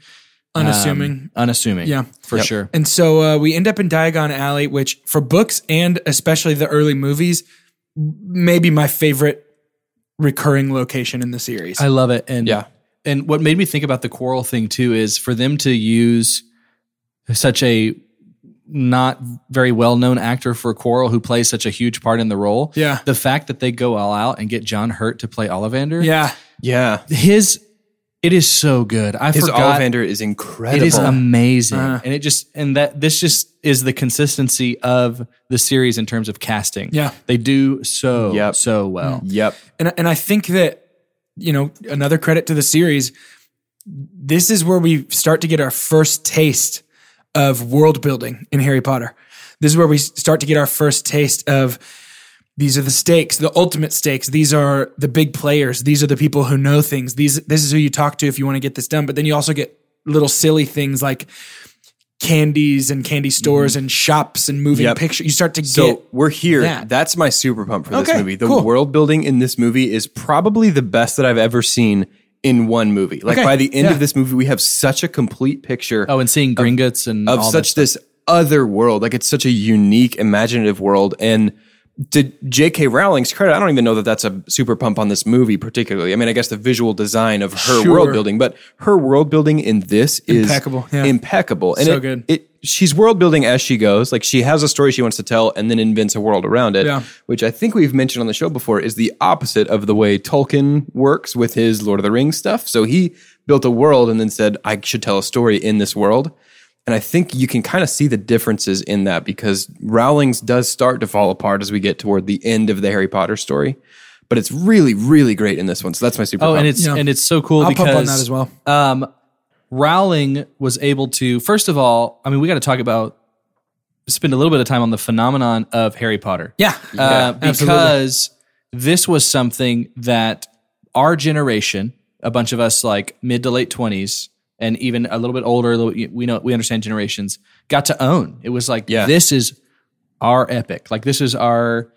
[SPEAKER 2] unassuming.
[SPEAKER 4] unassuming,
[SPEAKER 2] Yeah.
[SPEAKER 4] um, for sure.
[SPEAKER 2] And so uh, we end up in Diagon Alley, which for books and especially the early movies, maybe my favorite recurring location in the series.
[SPEAKER 4] I love it. And
[SPEAKER 3] Yeah.
[SPEAKER 4] And what made me think about the quarrel thing too is for them to use such a not very well known actor for Quarrel who plays such a huge part in the role.
[SPEAKER 2] Yeah.
[SPEAKER 4] The fact that they go all out and get John Hurt to play Ollivander.
[SPEAKER 2] yeah.
[SPEAKER 3] Yeah.
[SPEAKER 4] His it is so good. I
[SPEAKER 3] His
[SPEAKER 4] forgot.
[SPEAKER 3] Ollivander is incredible. Uh-huh.
[SPEAKER 4] It is amazing. And it just and that this just is the consistency of the series in terms of casting.
[SPEAKER 2] Yeah.
[SPEAKER 4] They do so
[SPEAKER 3] Yep. Mm-hmm.
[SPEAKER 4] so well.
[SPEAKER 3] Yep.
[SPEAKER 2] And and I think that you know another credit to the series. This is where we start to get our first taste of world building in Harry Potter. This is where we s- start to get our first taste of these are the stakes, the ultimate stakes. These are the big players. These are the people who know things. These this is who you talk to if you want to get this done. But then you also get little silly things like candies and candy stores and shops and moving
[SPEAKER 3] Yep.
[SPEAKER 2] pictures. You start to
[SPEAKER 3] So
[SPEAKER 2] get
[SPEAKER 3] we're here.
[SPEAKER 2] that.
[SPEAKER 3] That's my super pump for this
[SPEAKER 2] Okay,
[SPEAKER 3] movie. The
[SPEAKER 2] cool.
[SPEAKER 3] world building in this movie is probably the best that I've ever seen in one movie. Like
[SPEAKER 2] Okay,
[SPEAKER 3] by the end
[SPEAKER 2] yeah.
[SPEAKER 3] of this movie, we have such a complete picture
[SPEAKER 4] Oh, and seeing Gringotts and
[SPEAKER 3] of
[SPEAKER 4] all
[SPEAKER 3] such this other world. Like it's such a unique, imaginative world. And to J.K. Rowling's credit, I don't even know that that's a super pump on this movie particularly. I mean, I guess the visual design of her
[SPEAKER 2] Sure.
[SPEAKER 3] world building, but her world building in this is
[SPEAKER 2] Impeccable, yeah.
[SPEAKER 3] impeccable. And
[SPEAKER 2] So
[SPEAKER 3] it-
[SPEAKER 2] good.
[SPEAKER 3] It she's world building as she goes. Like she has a story she wants to tell, and then invents a world around it.
[SPEAKER 2] Yeah.
[SPEAKER 3] Which I think we've mentioned on the show before is the opposite of the way Tolkien works with his Lord of the Rings stuff. So he built a world and then said, "I should tell a story in this world." And I think you can kind of see the differences in that because Rowling's does start to fall apart as we get toward the end of the Harry Potter story. But it's really, really great in this one. So that's my super.
[SPEAKER 4] Oh,
[SPEAKER 3] pump.
[SPEAKER 4] and it's
[SPEAKER 2] Uh, Yeah.
[SPEAKER 4] and it's so cool
[SPEAKER 2] I'll
[SPEAKER 4] because
[SPEAKER 2] pump on that as well.
[SPEAKER 4] Um, Rowling was able to first of all, I mean, we got to talk about spend a little bit of time on the phenomenon of Harry Potter.
[SPEAKER 2] yeah.
[SPEAKER 4] Uh,
[SPEAKER 2] absolutely.
[SPEAKER 4] because this was something that our generation, a bunch of us like mid to late twenties, and even a little bit older, a little- we know we understand generations got to own. It was like
[SPEAKER 3] Yeah.
[SPEAKER 4] this is our epic, like this is our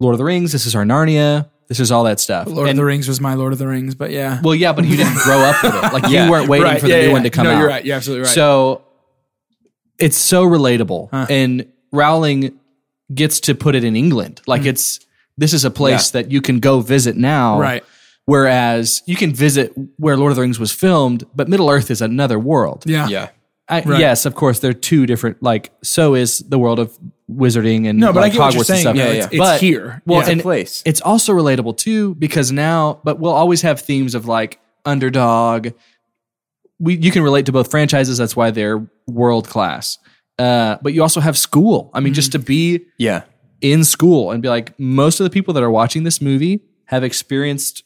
[SPEAKER 4] Lord of the Rings, this is our Narnia, this is all that stuff.
[SPEAKER 2] Lord
[SPEAKER 4] And-
[SPEAKER 2] of the Rings was my Lord of the Rings, but yeah.
[SPEAKER 4] well, yeah, but you didn't grow up with it. Like
[SPEAKER 3] Yeah,
[SPEAKER 4] you weren't waiting
[SPEAKER 3] right.
[SPEAKER 4] for the
[SPEAKER 3] Yeah,
[SPEAKER 4] new
[SPEAKER 3] yeah.
[SPEAKER 4] one to come
[SPEAKER 2] no,
[SPEAKER 4] out.
[SPEAKER 2] you're right. You're absolutely right.
[SPEAKER 4] So it's so relatable, and Rowling gets to put it in England. Like
[SPEAKER 2] Mm-hmm.
[SPEAKER 4] it's this is a place that you can go visit now,
[SPEAKER 2] Right.
[SPEAKER 4] Whereas you can visit where Lord of the Rings was filmed, but Middle Earth is another world.
[SPEAKER 2] yeah.
[SPEAKER 3] yeah,
[SPEAKER 4] I, Yes, of course, they're two different. Like, so is the world of wizarding and
[SPEAKER 2] No, but I
[SPEAKER 4] like,
[SPEAKER 2] get what you're
[SPEAKER 4] Hogwarts and
[SPEAKER 2] saying,
[SPEAKER 4] stuff.
[SPEAKER 2] though. It's- it's
[SPEAKER 4] But-
[SPEAKER 2] here.
[SPEAKER 4] Well,
[SPEAKER 3] It's a
[SPEAKER 4] and
[SPEAKER 3] place.
[SPEAKER 4] It's also relatable too because now, but we'll always have themes of like underdog. We you can relate to both franchises. That's why they're world class. Uh, but you also have school. I mean, just to be
[SPEAKER 3] yeah.
[SPEAKER 4] in school and be like most of the people that are watching this movie have experienced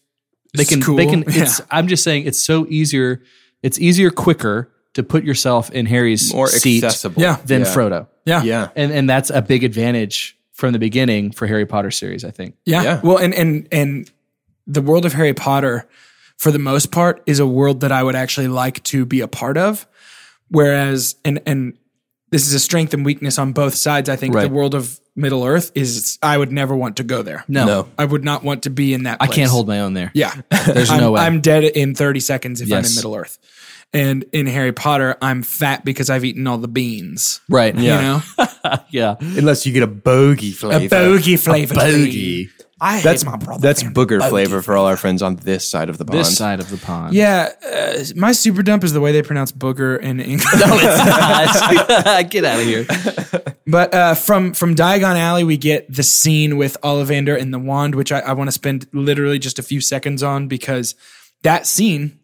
[SPEAKER 4] they can
[SPEAKER 2] School,
[SPEAKER 4] they can
[SPEAKER 2] yeah.
[SPEAKER 4] it's i'm just saying it's so easier it's easier quicker to put yourself in harry's
[SPEAKER 3] More
[SPEAKER 4] seat
[SPEAKER 3] accessible.
[SPEAKER 2] Yeah.
[SPEAKER 4] than frodo
[SPEAKER 2] Yeah.
[SPEAKER 3] Yeah.
[SPEAKER 4] and and that's a big advantage from the beginning for harry potter series i think
[SPEAKER 2] Yeah.
[SPEAKER 3] Yeah.
[SPEAKER 2] Well, and and and the world of Harry Potter, for the most part, is a world that I would actually like to be a part of. Whereas, and and this is a strength and weakness on both sides. I think the
[SPEAKER 4] Right.
[SPEAKER 2] world of Middle Earth is I would never want to go there.
[SPEAKER 4] no,
[SPEAKER 3] No.
[SPEAKER 2] I would not want to be in that.
[SPEAKER 4] i
[SPEAKER 2] Place.
[SPEAKER 4] can't hold my own there
[SPEAKER 2] Yeah.
[SPEAKER 4] There's
[SPEAKER 2] I'm,
[SPEAKER 4] no way.
[SPEAKER 2] I'm dead in 30 seconds if I'm in
[SPEAKER 4] Yes.
[SPEAKER 2] Middle Earth. And in Harry Potter, I'm fat because I've eaten all the beans.
[SPEAKER 4] right
[SPEAKER 2] You know?
[SPEAKER 4] yeah
[SPEAKER 3] Unless you get a bogey flavor.
[SPEAKER 2] Bogey flavor. I hate
[SPEAKER 3] That's
[SPEAKER 2] my brother.
[SPEAKER 3] That's
[SPEAKER 2] man.
[SPEAKER 3] booger
[SPEAKER 2] Bogey.
[SPEAKER 3] flavor for all our friends on this side of the pond.
[SPEAKER 4] this side of the pond
[SPEAKER 2] Yeah, uh, my super dump is the way they pronounce booger in English.
[SPEAKER 4] get out of here
[SPEAKER 2] But uh, from from Diagon Alley, we get the scene with Ollivander and the wand, which I, I want to spend literally just a few seconds on because that scene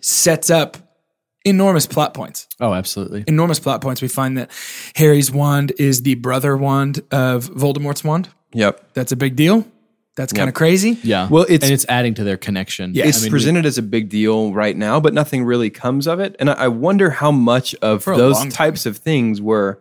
[SPEAKER 2] sets up enormous plot points.
[SPEAKER 4] oh absolutely
[SPEAKER 2] Enormous plot points. We find that Harry's wand is the brother wand of Voldemort's wand.
[SPEAKER 3] Yep.
[SPEAKER 2] That's a big deal. That's kind of crazy.
[SPEAKER 4] Yeah.
[SPEAKER 3] Well, it's-
[SPEAKER 4] and it's adding to their connection.
[SPEAKER 3] it's presented as a big deal right now, but nothing really comes of it. And I, I wonder how much of
[SPEAKER 2] a
[SPEAKER 3] those
[SPEAKER 2] long
[SPEAKER 3] types of things were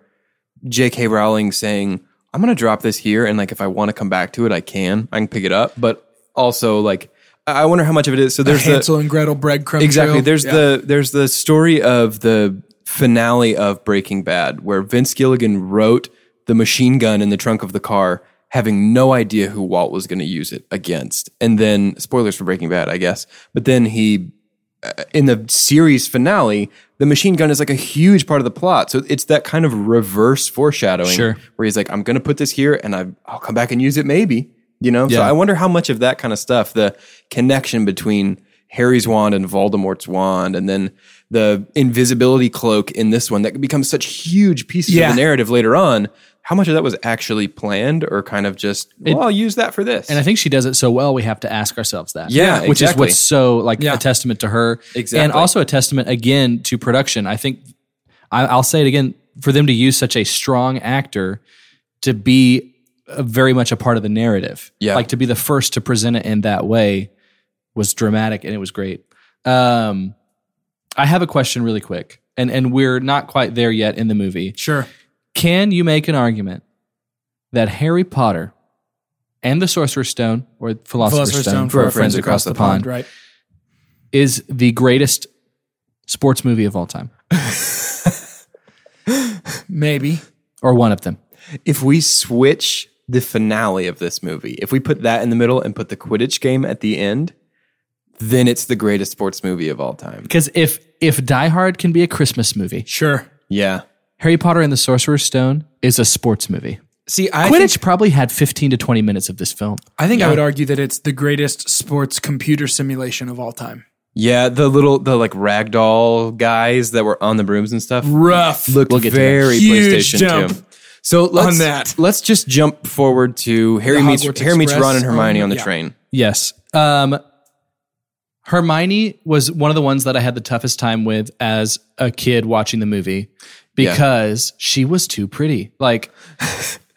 [SPEAKER 3] J.K. Rowling saying, "I'm going to drop this here, and like if I want to come back to it, I can. I can pick it up." But also, like, I I wonder how much of it is. So there's the,
[SPEAKER 2] Hansel and Gretel breadcrumb.
[SPEAKER 3] exactly
[SPEAKER 2] trail.
[SPEAKER 3] there's the there's the story of the finale of breaking bad where vince gilligan wrote the machine gun in the trunk of the car having no idea who walt was going to use it against and then spoilers for breaking bad i guess but then he uh, in the series finale the machine gun is like a huge part of the plot so it's that kind of reverse foreshadowing
[SPEAKER 4] Sure.
[SPEAKER 3] where he's like i'm going to put this here and I, i'll come back and use it maybe you know so
[SPEAKER 4] Yeah.
[SPEAKER 3] i wonder how much of that kind of stuff the connection between harry's wand and voldemort's wand and then the invisibility cloak in this one that becomes such huge pieces
[SPEAKER 2] Yeah.
[SPEAKER 3] of the narrative later on how much of that was actually planned or kind of just well i'll use that for this
[SPEAKER 4] And I think she does it so well, we have to ask ourselves that.
[SPEAKER 3] Yeah,
[SPEAKER 4] Which is
[SPEAKER 3] exactly.
[SPEAKER 4] what's so like
[SPEAKER 2] Yeah.
[SPEAKER 4] a testament to her. And
[SPEAKER 3] Exactly.
[SPEAKER 4] also a testament again to production. I think I, I'll say it again for them to use such a strong actor to be uh very much a part of the narrative.
[SPEAKER 3] Yeah.
[SPEAKER 4] Like to be the first to present it in that way was dramatic and it was great. Um, I have a question really quick. And, and we're not quite there yet in the movie.
[SPEAKER 2] sure.
[SPEAKER 4] Can you make an argument that Harry Potter and the Sorcerer's Stone or Philosopher's,
[SPEAKER 2] Philosopher's
[SPEAKER 4] Stone,
[SPEAKER 2] Stone
[SPEAKER 4] for our friends across the pond,
[SPEAKER 2] right?
[SPEAKER 4] is the greatest sports movie of all time
[SPEAKER 2] Maybe.
[SPEAKER 4] or one of them?
[SPEAKER 3] if we switch the finale of this movie, if we put that in the middle and put the Quidditch game at the end, then it's the greatest sports movie of all time.
[SPEAKER 4] Because if if Die Hard can be a Christmas movie,
[SPEAKER 2] Sure.
[SPEAKER 3] Yeah.
[SPEAKER 4] Harry Potter and the Sorcerer's Stone is a sports movie.
[SPEAKER 2] See, I
[SPEAKER 4] Quidditch
[SPEAKER 2] think,
[SPEAKER 4] probably had 15 to 20 minutes of this film.
[SPEAKER 2] I think I would argue that it's the greatest sports computer simulation of all time.
[SPEAKER 3] Yeah, the little the like ragdoll guys that were on the brooms and stuff
[SPEAKER 2] Rough.
[SPEAKER 3] looked
[SPEAKER 4] get to that.
[SPEAKER 3] very
[SPEAKER 2] Huge
[SPEAKER 3] PlayStation
[SPEAKER 2] jump
[SPEAKER 3] 2. So let's
[SPEAKER 2] that.
[SPEAKER 3] let's just jump forward to Harry
[SPEAKER 2] The
[SPEAKER 3] meets
[SPEAKER 2] Hogwarts
[SPEAKER 3] Harry meets
[SPEAKER 2] Express
[SPEAKER 3] Ron and Hermione
[SPEAKER 2] on-
[SPEAKER 3] on the
[SPEAKER 2] yeah.
[SPEAKER 3] train.
[SPEAKER 4] Yes. Um, Hermione was one of the ones that I had the toughest time with as a kid watching the movie because she was too pretty. Like,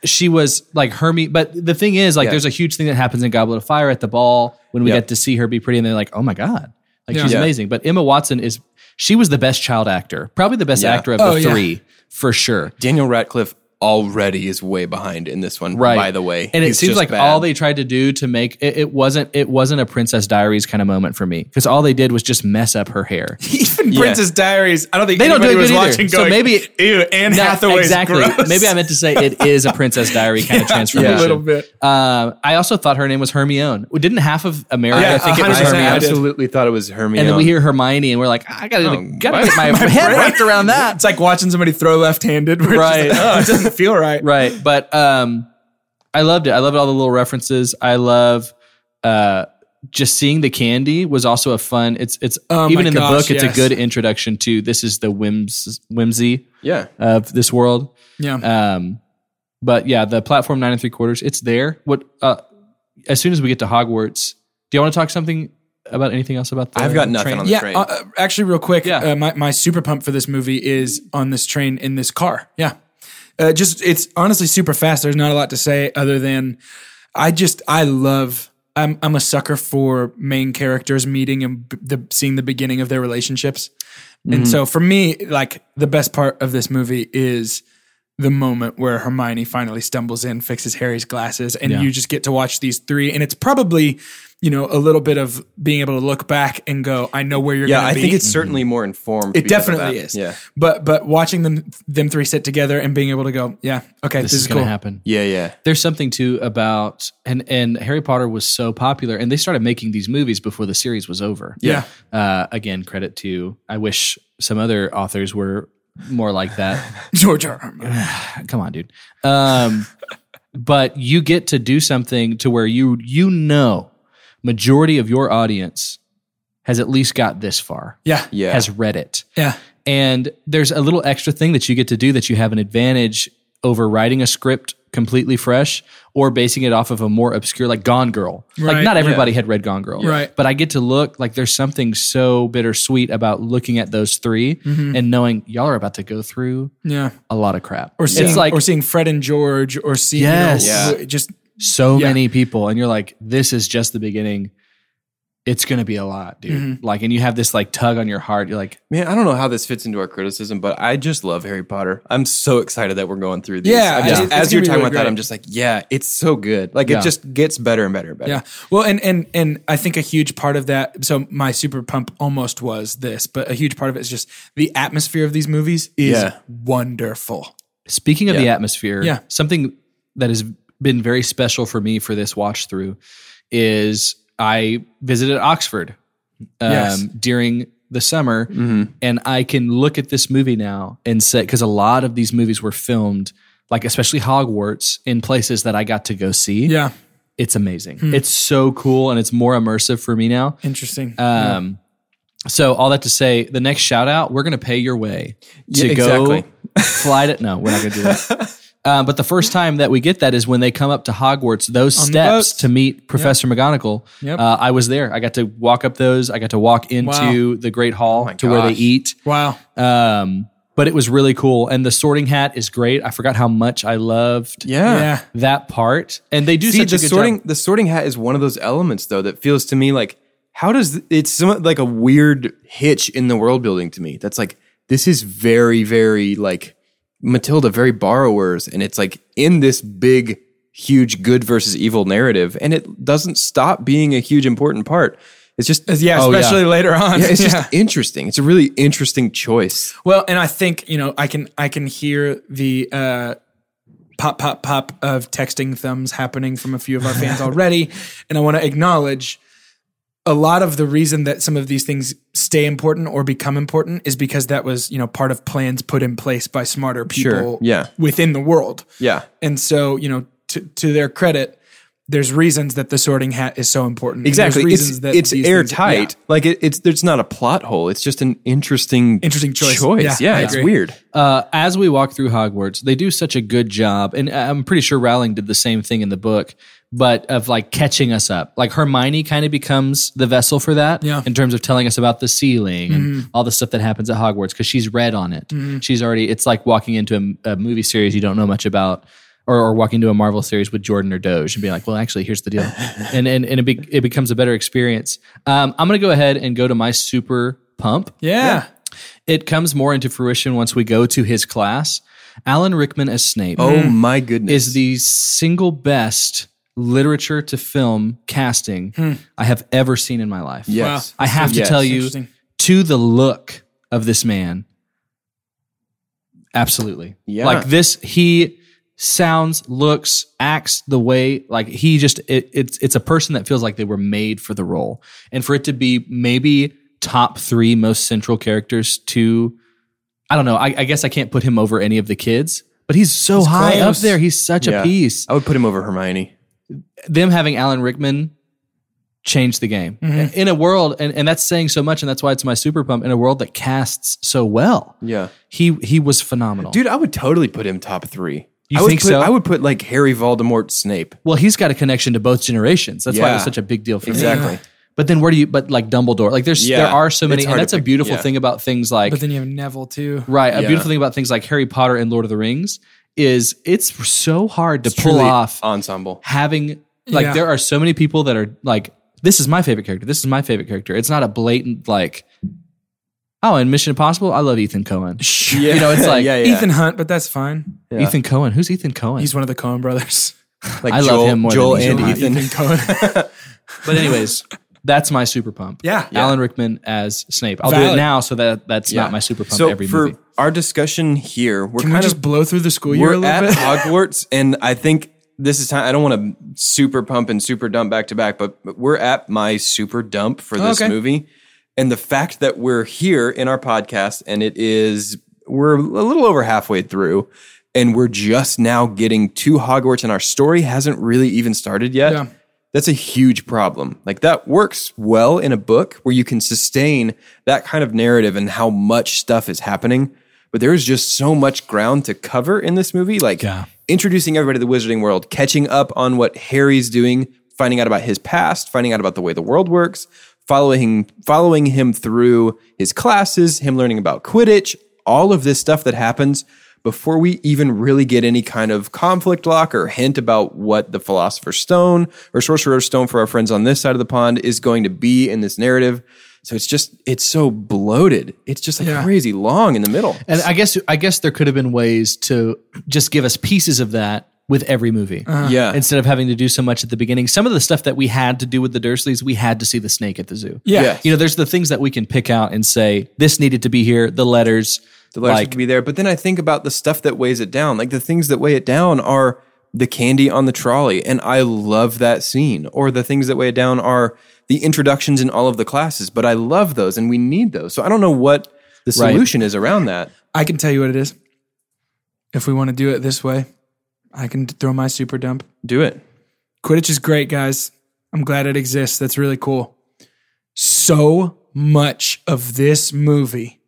[SPEAKER 4] she was like Hermie. But the thing is, like, there's a huge thing that happens in Goblet of Fire at the ball when we
[SPEAKER 3] Yeah.
[SPEAKER 4] get to see her be pretty, and they're like, oh my God. Like, she's
[SPEAKER 3] Yeah.
[SPEAKER 4] amazing. But Emma Watson is, she was the best child actor, probably the best
[SPEAKER 3] Yeah.
[SPEAKER 4] actor of
[SPEAKER 2] Oh,
[SPEAKER 4] the
[SPEAKER 2] yeah.
[SPEAKER 4] three, for sure.
[SPEAKER 3] Daniel Radcliffe already is way behind in this one,
[SPEAKER 4] right
[SPEAKER 3] by the way.
[SPEAKER 4] and it
[SPEAKER 3] He's
[SPEAKER 4] seems
[SPEAKER 3] just
[SPEAKER 4] like
[SPEAKER 3] bad.
[SPEAKER 4] all they tried to do to make it, it wasn't it wasn't a princess diaries kind of moment for me because all they did was just mess up her hair
[SPEAKER 2] Even Princess Diaries, I don't think
[SPEAKER 4] They don't
[SPEAKER 2] anybody
[SPEAKER 4] do it
[SPEAKER 2] was
[SPEAKER 4] good either.
[SPEAKER 2] watching.
[SPEAKER 4] So
[SPEAKER 2] Going,
[SPEAKER 4] maybe-
[SPEAKER 2] ew, Anne
[SPEAKER 4] Not-
[SPEAKER 2] Hathaway's
[SPEAKER 4] exactly
[SPEAKER 2] gross.
[SPEAKER 4] maybe i meant to say it is a princess diary kind of transformation
[SPEAKER 2] a little bit.
[SPEAKER 4] Um, i also thought her name was hermione Well, didn't half of america
[SPEAKER 2] Yeah,
[SPEAKER 4] think it was
[SPEAKER 2] 100%
[SPEAKER 3] I
[SPEAKER 2] I
[SPEAKER 4] hermione
[SPEAKER 2] did.
[SPEAKER 3] absolutely thought it was Hermione.
[SPEAKER 4] and then we hear hermione and we're like i gotta, gotta
[SPEAKER 3] my-
[SPEAKER 4] get my, head wrapped around that
[SPEAKER 2] It's like watching somebody throw left-handed. where it's just
[SPEAKER 4] Right.
[SPEAKER 2] like, oh, it doesn't feel right.
[SPEAKER 4] right but um i loved it i loved all the little references i love uh just seeing the candy was also a fun it's it's
[SPEAKER 2] Oh my
[SPEAKER 4] even in the
[SPEAKER 2] gosh,
[SPEAKER 4] book it's
[SPEAKER 2] yes.
[SPEAKER 4] a good introduction to this is the whims whimsy
[SPEAKER 3] Yeah.
[SPEAKER 4] of this world
[SPEAKER 2] Yeah.
[SPEAKER 4] um but yeah the platform nine and three quarters it's there what uh as soon as we get to hogwarts do you want to talk something about anything else about that
[SPEAKER 3] I've got nothing on the
[SPEAKER 2] yeah,
[SPEAKER 3] train.
[SPEAKER 2] uh, uh, actually, real quick,
[SPEAKER 4] Yeah.
[SPEAKER 2] uh, my, my super pump for this movie is on this train in this car. Yeah. Uh, just, it's honestly super fast. There's not a lot to say other than I just, I love, I'm, I'm a sucker for main characters meeting and b- the, seeing the beginning of their relationships. And so for me, like the best part of this movie is the moment where Hermione finally stumbles in, fixes Harry's glasses, and you just get to watch these three. And it's probably, you know, a little bit of being able to look back and go, I know where you're
[SPEAKER 3] Yeah,
[SPEAKER 2] going
[SPEAKER 3] I
[SPEAKER 2] to be.
[SPEAKER 3] think it's certainly more informed.
[SPEAKER 2] it
[SPEAKER 3] because of
[SPEAKER 2] definitely
[SPEAKER 3] that.
[SPEAKER 2] is.
[SPEAKER 3] Yeah.
[SPEAKER 2] But but watching them them three sit together and being able to go, yeah, okay, this,
[SPEAKER 4] this
[SPEAKER 2] is
[SPEAKER 4] is gonna
[SPEAKER 2] cool.
[SPEAKER 4] happen
[SPEAKER 3] Yeah, yeah.
[SPEAKER 4] there's something too about and and Harry Potter was so popular and they started making these movies before the series was over.
[SPEAKER 2] Yeah.
[SPEAKER 4] Uh, again, credit to I wish some other authors were more like that.
[SPEAKER 2] George R. R. Martin.
[SPEAKER 4] Come on, dude. Um, but you get to do something to where you you know majority of your audience has at least got this far.
[SPEAKER 2] Yeah.
[SPEAKER 3] Yeah.
[SPEAKER 4] Has read it.
[SPEAKER 2] Yeah.
[SPEAKER 4] And there's a little extra thing that you get to do that you have an advantage over writing a script completely fresh or basing it off of a more obscure like Gone Girl.
[SPEAKER 2] Right,
[SPEAKER 4] like not everybody had read Gone Girl.
[SPEAKER 2] Right.
[SPEAKER 4] But I get to look like there's something so bittersweet about looking at those 3
[SPEAKER 2] Mm-hmm.
[SPEAKER 4] and knowing y'all are about to go through
[SPEAKER 2] Yeah.
[SPEAKER 4] a lot of crap.
[SPEAKER 2] Or seeing
[SPEAKER 4] it's like
[SPEAKER 2] or seeing Fred and George or seeing you know,
[SPEAKER 4] Yes.
[SPEAKER 3] Yeah.
[SPEAKER 2] just
[SPEAKER 4] so
[SPEAKER 2] Yeah.
[SPEAKER 4] many people and you're like this is just the beginning it's gonna be a lot dude
[SPEAKER 2] Mm-hmm.
[SPEAKER 4] like and you have this like tug on your heart you're like
[SPEAKER 3] Man, I don't know how this fits into our criticism, but I just love Harry Potter. I'm so excited that we're going through these.
[SPEAKER 2] Yeah,
[SPEAKER 3] I'm
[SPEAKER 2] it's-
[SPEAKER 3] just-
[SPEAKER 2] it's
[SPEAKER 3] as
[SPEAKER 2] gonna
[SPEAKER 3] you're
[SPEAKER 2] be
[SPEAKER 3] talking
[SPEAKER 2] really
[SPEAKER 3] about that,
[SPEAKER 2] great.
[SPEAKER 3] I'm just like, yeah, it's so good. Like
[SPEAKER 4] Yeah.
[SPEAKER 3] it just gets better and better and better.
[SPEAKER 2] Yeah. Well, and and and I think a huge part of that. So my super pump almost was this, but a huge part of it is just the atmosphere of these movies is
[SPEAKER 3] Yeah.
[SPEAKER 2] wonderful.
[SPEAKER 4] Speaking of the atmosphere,
[SPEAKER 2] Yeah.
[SPEAKER 4] something that has been very special for me for this watch through is I visited Oxford um,
[SPEAKER 2] Yes. Mm-hmm.
[SPEAKER 4] during the summer, and I can look at this movie now and say because a lot of these movies were filmed, like especially Hogwarts, in places that I got to go see.
[SPEAKER 2] Yeah. Hmm.
[SPEAKER 4] It's amazing. It's so cool, and it's more immersive for me now.
[SPEAKER 2] Interesting.
[SPEAKER 4] Um, So all that to say, the next shout out, we're going to pay your way to
[SPEAKER 3] Yeah, exactly.
[SPEAKER 4] go fly to. No, we're not going to do that. Um, but the first time that we get that is when they come up to Hogwarts. Those
[SPEAKER 2] the
[SPEAKER 4] steps
[SPEAKER 2] boats.
[SPEAKER 4] to meet Professor McGonagall.
[SPEAKER 2] Yep.
[SPEAKER 4] Uh, I was there. I got to walk up those. I got to walk into the Great Hall to where they
[SPEAKER 3] Oh gosh.
[SPEAKER 4] eat.
[SPEAKER 2] wow.
[SPEAKER 4] Um, but it was really cool. And the Sorting Hat is great. I forgot how much I loved
[SPEAKER 3] Yeah.
[SPEAKER 2] Yeah.
[SPEAKER 4] that part. And they do
[SPEAKER 3] See,
[SPEAKER 4] such
[SPEAKER 3] the
[SPEAKER 4] a good
[SPEAKER 3] sorting
[SPEAKER 4] job.
[SPEAKER 3] the sorting hat is one of those elements though that feels to me like how does th- it's somewhat like a weird hitch in the world building to me. That's like this is very very like Matilda very borrowers and it's like in this big huge good versus evil narrative and it doesn't stop being a huge important part. It's just
[SPEAKER 2] Yeah.
[SPEAKER 4] Oh, yeah.
[SPEAKER 2] Especially later on.
[SPEAKER 3] Yeah, it's
[SPEAKER 2] Yeah.
[SPEAKER 3] just interesting. It's a really interesting choice.
[SPEAKER 2] Well, and I think you know I can I can hear the uh, pop pop pop of texting thumbs happening from a few of our fans already, and I want to acknowledge a lot of the reason that some of these things stay important or become important is because that was you know part of plans put in place by smarter people
[SPEAKER 3] yeah.
[SPEAKER 2] within the world.
[SPEAKER 3] Yeah.
[SPEAKER 2] And so you know to to their credit. There's reasons that the sorting hat is so important. and there's
[SPEAKER 3] Exactly.
[SPEAKER 2] reasons
[SPEAKER 3] It's,
[SPEAKER 2] that
[SPEAKER 3] it's
[SPEAKER 2] these things- yeah.
[SPEAKER 3] airtight. Like it, it's there's not a plot hole. It's just an interesting
[SPEAKER 2] Interesting choice.
[SPEAKER 3] choice.
[SPEAKER 2] Yeah,
[SPEAKER 3] Yeah,
[SPEAKER 2] I
[SPEAKER 3] it's
[SPEAKER 2] agree.
[SPEAKER 3] weird.
[SPEAKER 4] uh, as we walk through Hogwarts, they do such a good job, and I- I'm pretty sure Rowling did the same thing in the book, but of like catching us up. Like Hermione kind of becomes the vessel for that,
[SPEAKER 2] Yeah.
[SPEAKER 4] in terms of telling us about the ceiling and all the stuff that happens at Hogwarts because she's read on it. She's already. It's like walking into a, a movie series you don't know much about. Or, or walking into a Marvel series with Jordan or Doge and being like, well, actually, here's the deal. And, and, and it, be, it becomes a better experience. Um, I'm going to go ahead and go to my super pump
[SPEAKER 2] Yeah.
[SPEAKER 4] it comes more into fruition once we go to his class. Alan Rickman as Snape
[SPEAKER 3] Oh my goodness.
[SPEAKER 4] is the single best literature to film casting I have ever seen in my life.
[SPEAKER 3] Hmm. yes.
[SPEAKER 4] I have to
[SPEAKER 3] Yes.
[SPEAKER 4] tell you,
[SPEAKER 2] Interesting.
[SPEAKER 4] to the look of this man, absolutely.
[SPEAKER 3] Yeah.
[SPEAKER 4] Like this, he sounds, looks, acts the way like he just it, it's it's a person that feels like they were made for the role, and for it to be maybe top three most central characters to, I don't know. I, I guess I can't put him over any of the kids, but he's so high
[SPEAKER 2] close.
[SPEAKER 4] up there. He's such
[SPEAKER 3] Yeah.
[SPEAKER 4] a piece
[SPEAKER 3] I would put him over Hermione.
[SPEAKER 4] them having Alan Rickman changed the game
[SPEAKER 3] Mm-hmm.
[SPEAKER 4] in a world, and, and that's saying so much, and that's why it's my super pump in a world that casts so well.
[SPEAKER 3] Yeah.
[SPEAKER 4] he he was phenomenal,
[SPEAKER 3] Dude, I would totally put him top three.
[SPEAKER 4] You
[SPEAKER 3] I would
[SPEAKER 4] think
[SPEAKER 3] put-
[SPEAKER 4] so?
[SPEAKER 3] I would put like Harry Voldemort Snape.
[SPEAKER 4] Well, he's got a connection to both generations. That's why it was
[SPEAKER 3] Yeah.
[SPEAKER 4] such a big deal for me.
[SPEAKER 3] Exactly. Yeah.
[SPEAKER 4] But then where do you? But like Dumbledore, like there's
[SPEAKER 3] Yeah.
[SPEAKER 4] there are so many,
[SPEAKER 3] It's
[SPEAKER 4] and
[SPEAKER 3] hard to
[SPEAKER 4] that's a
[SPEAKER 3] pick-
[SPEAKER 4] beautiful
[SPEAKER 3] yeah.
[SPEAKER 4] thing about things like
[SPEAKER 2] But then you have Neville too.
[SPEAKER 4] right. A
[SPEAKER 3] Yeah.
[SPEAKER 4] beautiful thing about things like Harry Potter and Lord of the Rings is it's so hard to pull
[SPEAKER 3] Truly
[SPEAKER 4] off
[SPEAKER 3] ensemble.
[SPEAKER 4] having like
[SPEAKER 2] Yeah.
[SPEAKER 4] there are so many people that are like this is my favorite character this is my favorite character it's not a blatant like oh in mission impossible i love ethan cohen you know it's like
[SPEAKER 3] yeah, yeah.
[SPEAKER 2] Ethan Hunt, but that's fine.
[SPEAKER 4] ethan cohen who's ethan cohen
[SPEAKER 2] He's one of the Coen brothers.
[SPEAKER 3] like
[SPEAKER 4] I love
[SPEAKER 3] Joel,
[SPEAKER 4] him more than
[SPEAKER 3] Joel
[SPEAKER 4] he's
[SPEAKER 3] and
[SPEAKER 4] alive.
[SPEAKER 3] Ethan.
[SPEAKER 4] but anyways that's my super pump
[SPEAKER 2] Yeah.
[SPEAKER 4] alan rickman as snape i'll do it
[SPEAKER 2] Valid.
[SPEAKER 4] now so that that's
[SPEAKER 3] Yeah.
[SPEAKER 4] not my super pump
[SPEAKER 3] so
[SPEAKER 4] every
[SPEAKER 3] for
[SPEAKER 4] movie
[SPEAKER 3] our discussion here, we're
[SPEAKER 2] Can we
[SPEAKER 3] kind
[SPEAKER 2] just
[SPEAKER 3] of
[SPEAKER 2] blow through the school year a
[SPEAKER 3] we're
[SPEAKER 2] little
[SPEAKER 3] at
[SPEAKER 2] bit?
[SPEAKER 3] Hogwarts, and I think this is time. I don't want to super pump and super dump back to back, but, but we're at my super dump for this
[SPEAKER 2] Okay.
[SPEAKER 3] movie, and the fact that we're here in our podcast, and it is we're a little over halfway through, and we're just now getting to Hogwarts, and our story hasn't really even started yet.
[SPEAKER 2] Yeah.
[SPEAKER 3] That's a huge problem. Like that works well in a book where you can sustain that kind of narrative and how much stuff is happening. But there is just so much ground to cover in this movie. Like introducing everybody to the wizarding world, catching up on what Harry's doing, finding out about his past, finding out about the way the world works, following following him through his classes, him learning about Quidditch, all of this stuff that happens. before we even really get any kind of conflict lock or hint about what the Philosopher's Stone or Sorcerer's Stone for our friends on this side of the pond is going to be in this narrative. So it's just, it's so bloated. It's just like crazy long in the middle.
[SPEAKER 4] And I guess I guess there could have been ways to just give us pieces of that with every movie.
[SPEAKER 3] Yeah.
[SPEAKER 4] Instead of having to do so much at the beginning. Some of the stuff that we had to do with the Dursleys, we had to see the snake at the zoo.
[SPEAKER 3] Yeah.
[SPEAKER 4] You know, there's the things that we can pick out and say, this needed to be here, the letters.
[SPEAKER 3] the letters
[SPEAKER 4] like,
[SPEAKER 3] could be there. But then I think about the stuff that weighs it down. Like the things that weigh it down are the candy on the trolley, and I love that scene. Or the things that weigh it down are the introductions in all of the classes. But I love those, and we need those. So I don't know what the
[SPEAKER 4] Right.
[SPEAKER 3] solution is around that.
[SPEAKER 2] I can tell you what it is. If we want to do it this way, I can throw my super dump.
[SPEAKER 3] Do it.
[SPEAKER 2] Quidditch is great, guys. I'm glad it exists. That's really cool. So much of this movie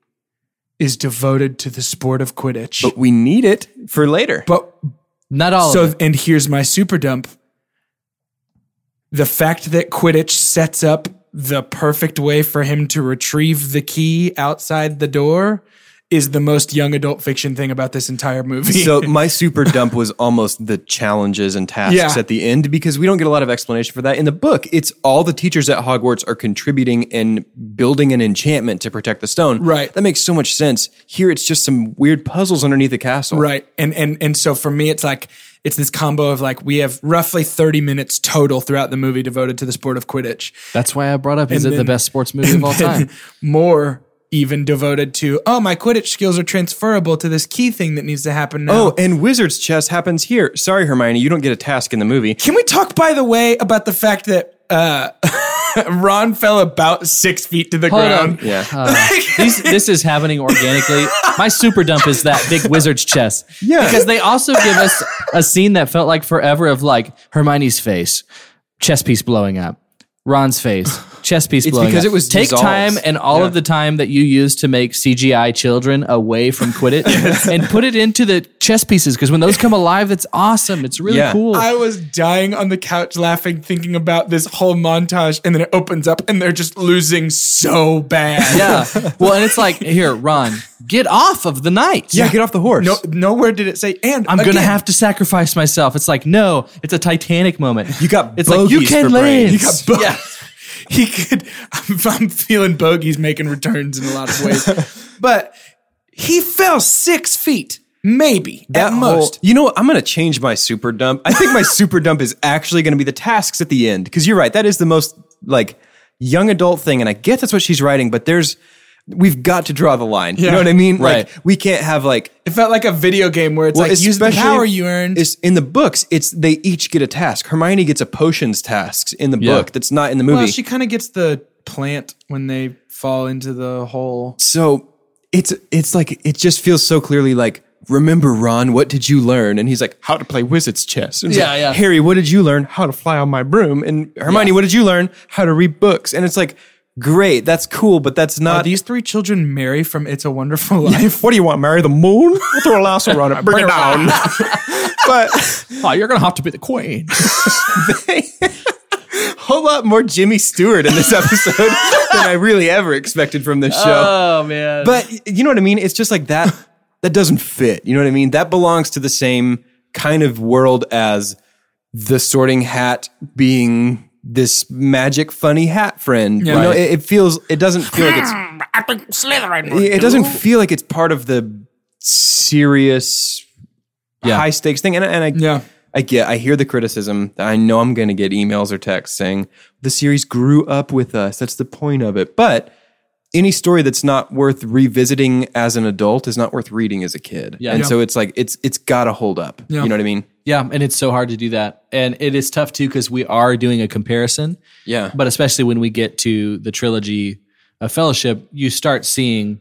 [SPEAKER 2] is devoted to the sport of Quidditch.
[SPEAKER 3] But we need it for later.
[SPEAKER 2] But
[SPEAKER 4] Not all
[SPEAKER 2] so,
[SPEAKER 4] of it.
[SPEAKER 2] and here's my super dump. The fact that Quidditch sets up the perfect way for him to retrieve the key outside the door is the most young adult fiction thing about this entire movie.
[SPEAKER 3] so my super dump was almost the challenges and tasks
[SPEAKER 2] Yeah.
[SPEAKER 3] at the end because we don't get a lot of explanation for that in the book. It's all the teachers at Hogwarts are contributing and building an enchantment to protect the stone.
[SPEAKER 2] Right.
[SPEAKER 3] That makes so much sense. Here it's just some weird puzzles underneath the castle.
[SPEAKER 2] Right. And and and so for me it's like it's this combo of like we have roughly 30 minutes total throughout the movie devoted to the sport of Quidditch.
[SPEAKER 4] That's why I brought up is it
[SPEAKER 2] and
[SPEAKER 4] the
[SPEAKER 2] then-
[SPEAKER 4] best sports movie of all time?
[SPEAKER 2] More even devoted to oh my Quidditch skills are transferable to this key thing that needs to happen now.
[SPEAKER 3] Oh, and wizard's chess happens here. Sorry, Hermione, you don't get a task in the movie.
[SPEAKER 2] Can we talk, by the way, about the fact that uh, Ron fell about six feet to the
[SPEAKER 4] Hold
[SPEAKER 2] ground?
[SPEAKER 4] on.
[SPEAKER 3] Yeah.
[SPEAKER 4] These, this is happening organically. My super dump is that big wizard's chest. Yeah. Because they also give us a scene that felt like forever of like Hermione's face, chess piece blowing up, Ron's face, chess piece blowing
[SPEAKER 3] because
[SPEAKER 4] up.
[SPEAKER 3] it was
[SPEAKER 4] Take
[SPEAKER 3] dissolves.
[SPEAKER 4] time and all of the time that you use to make CGI children away from Quidditch and put it into the chess pieces. Because when those come alive, that's awesome. It's really
[SPEAKER 3] Yeah.
[SPEAKER 4] cool.
[SPEAKER 2] I was dying on the couch laughing, thinking about this whole montage, and then it opens up and they're just losing so bad.
[SPEAKER 4] yeah. Well, and it's like, here, Ron, get off of the knight.
[SPEAKER 3] Yeah, get off the horse.
[SPEAKER 2] No, nowhere did it say, and
[SPEAKER 4] I'm
[SPEAKER 2] again,
[SPEAKER 4] gonna have to sacrifice myself. It's like no, it's a Titanic moment.
[SPEAKER 3] You got
[SPEAKER 4] it's like you
[SPEAKER 3] bogeys
[SPEAKER 4] can
[SPEAKER 3] for brains.
[SPEAKER 4] land.
[SPEAKER 3] You
[SPEAKER 2] got bo- He could. I'm, I'm feeling bogeys making returns in a lot of ways, but he fell six feet, maybe at
[SPEAKER 3] That
[SPEAKER 2] most.
[SPEAKER 3] whole- you know what? I'm going to change my super dump. I think my super dump is actually going to be the tasks at the end because you're right. That is the most like young adult thing. And I guess that's what she's writing, but there's, we've got to draw the line. You know what I mean?
[SPEAKER 4] Right.
[SPEAKER 3] Like, we can't have like,
[SPEAKER 2] It felt like a video game where it's
[SPEAKER 3] well,
[SPEAKER 2] like use the
[SPEAKER 3] especially-
[SPEAKER 2] power you earned.
[SPEAKER 3] It's in the books. It's they each get a task. Hermione gets a potions task in the book that's not in the movie.
[SPEAKER 2] Well, she kind of gets the plant when they fall into the hole.
[SPEAKER 3] so it's it's like it just feels so clearly like remember ron what did you learn and he's like how to play wizard's chess and it's
[SPEAKER 4] Yeah,
[SPEAKER 3] like,
[SPEAKER 4] yeah.
[SPEAKER 3] harry what did you learn how to fly on my broom and hermione what did you learn how to read books and it's like great that's cool but that's
[SPEAKER 2] Are
[SPEAKER 3] not
[SPEAKER 2] these three children marry from It's a Wonderful Life?
[SPEAKER 3] what do you want marry the moon we'll throw a lasso around it bring it down but
[SPEAKER 4] Oh, you're gonna have to be the queen.
[SPEAKER 3] whole lot more jimmy stewart in this episode than i really ever expected from this show
[SPEAKER 4] oh man.
[SPEAKER 3] but y- you know what I mean? It's just like that. that doesn't fit. You know what I mean? That belongs to the same kind of world as the Sorting Hat being this magic funny hat friend. You know,
[SPEAKER 4] Right.
[SPEAKER 3] it, it feels. It doesn't feel like it's. I think Slytherin. It doesn't feel like it's part of the serious,
[SPEAKER 4] Yeah.
[SPEAKER 3] high stakes thing. And, I- and I
[SPEAKER 2] Yeah.
[SPEAKER 3] I get, I hear the criticism. I know I'm going to get emails or texts saying the series grew up with us. That's the point of it. But any story that's not worth revisiting as an adult is not worth reading as a kid.
[SPEAKER 4] Yeah.
[SPEAKER 3] And
[SPEAKER 4] Yeah.
[SPEAKER 3] so it's like it's it's got to hold up. You know what I mean?
[SPEAKER 4] yeah, and it's so hard to do that, and it is tough too because we are doing a comparison.
[SPEAKER 3] Yeah.
[SPEAKER 4] But especially when we get to the trilogy of Fellowship, you start seeing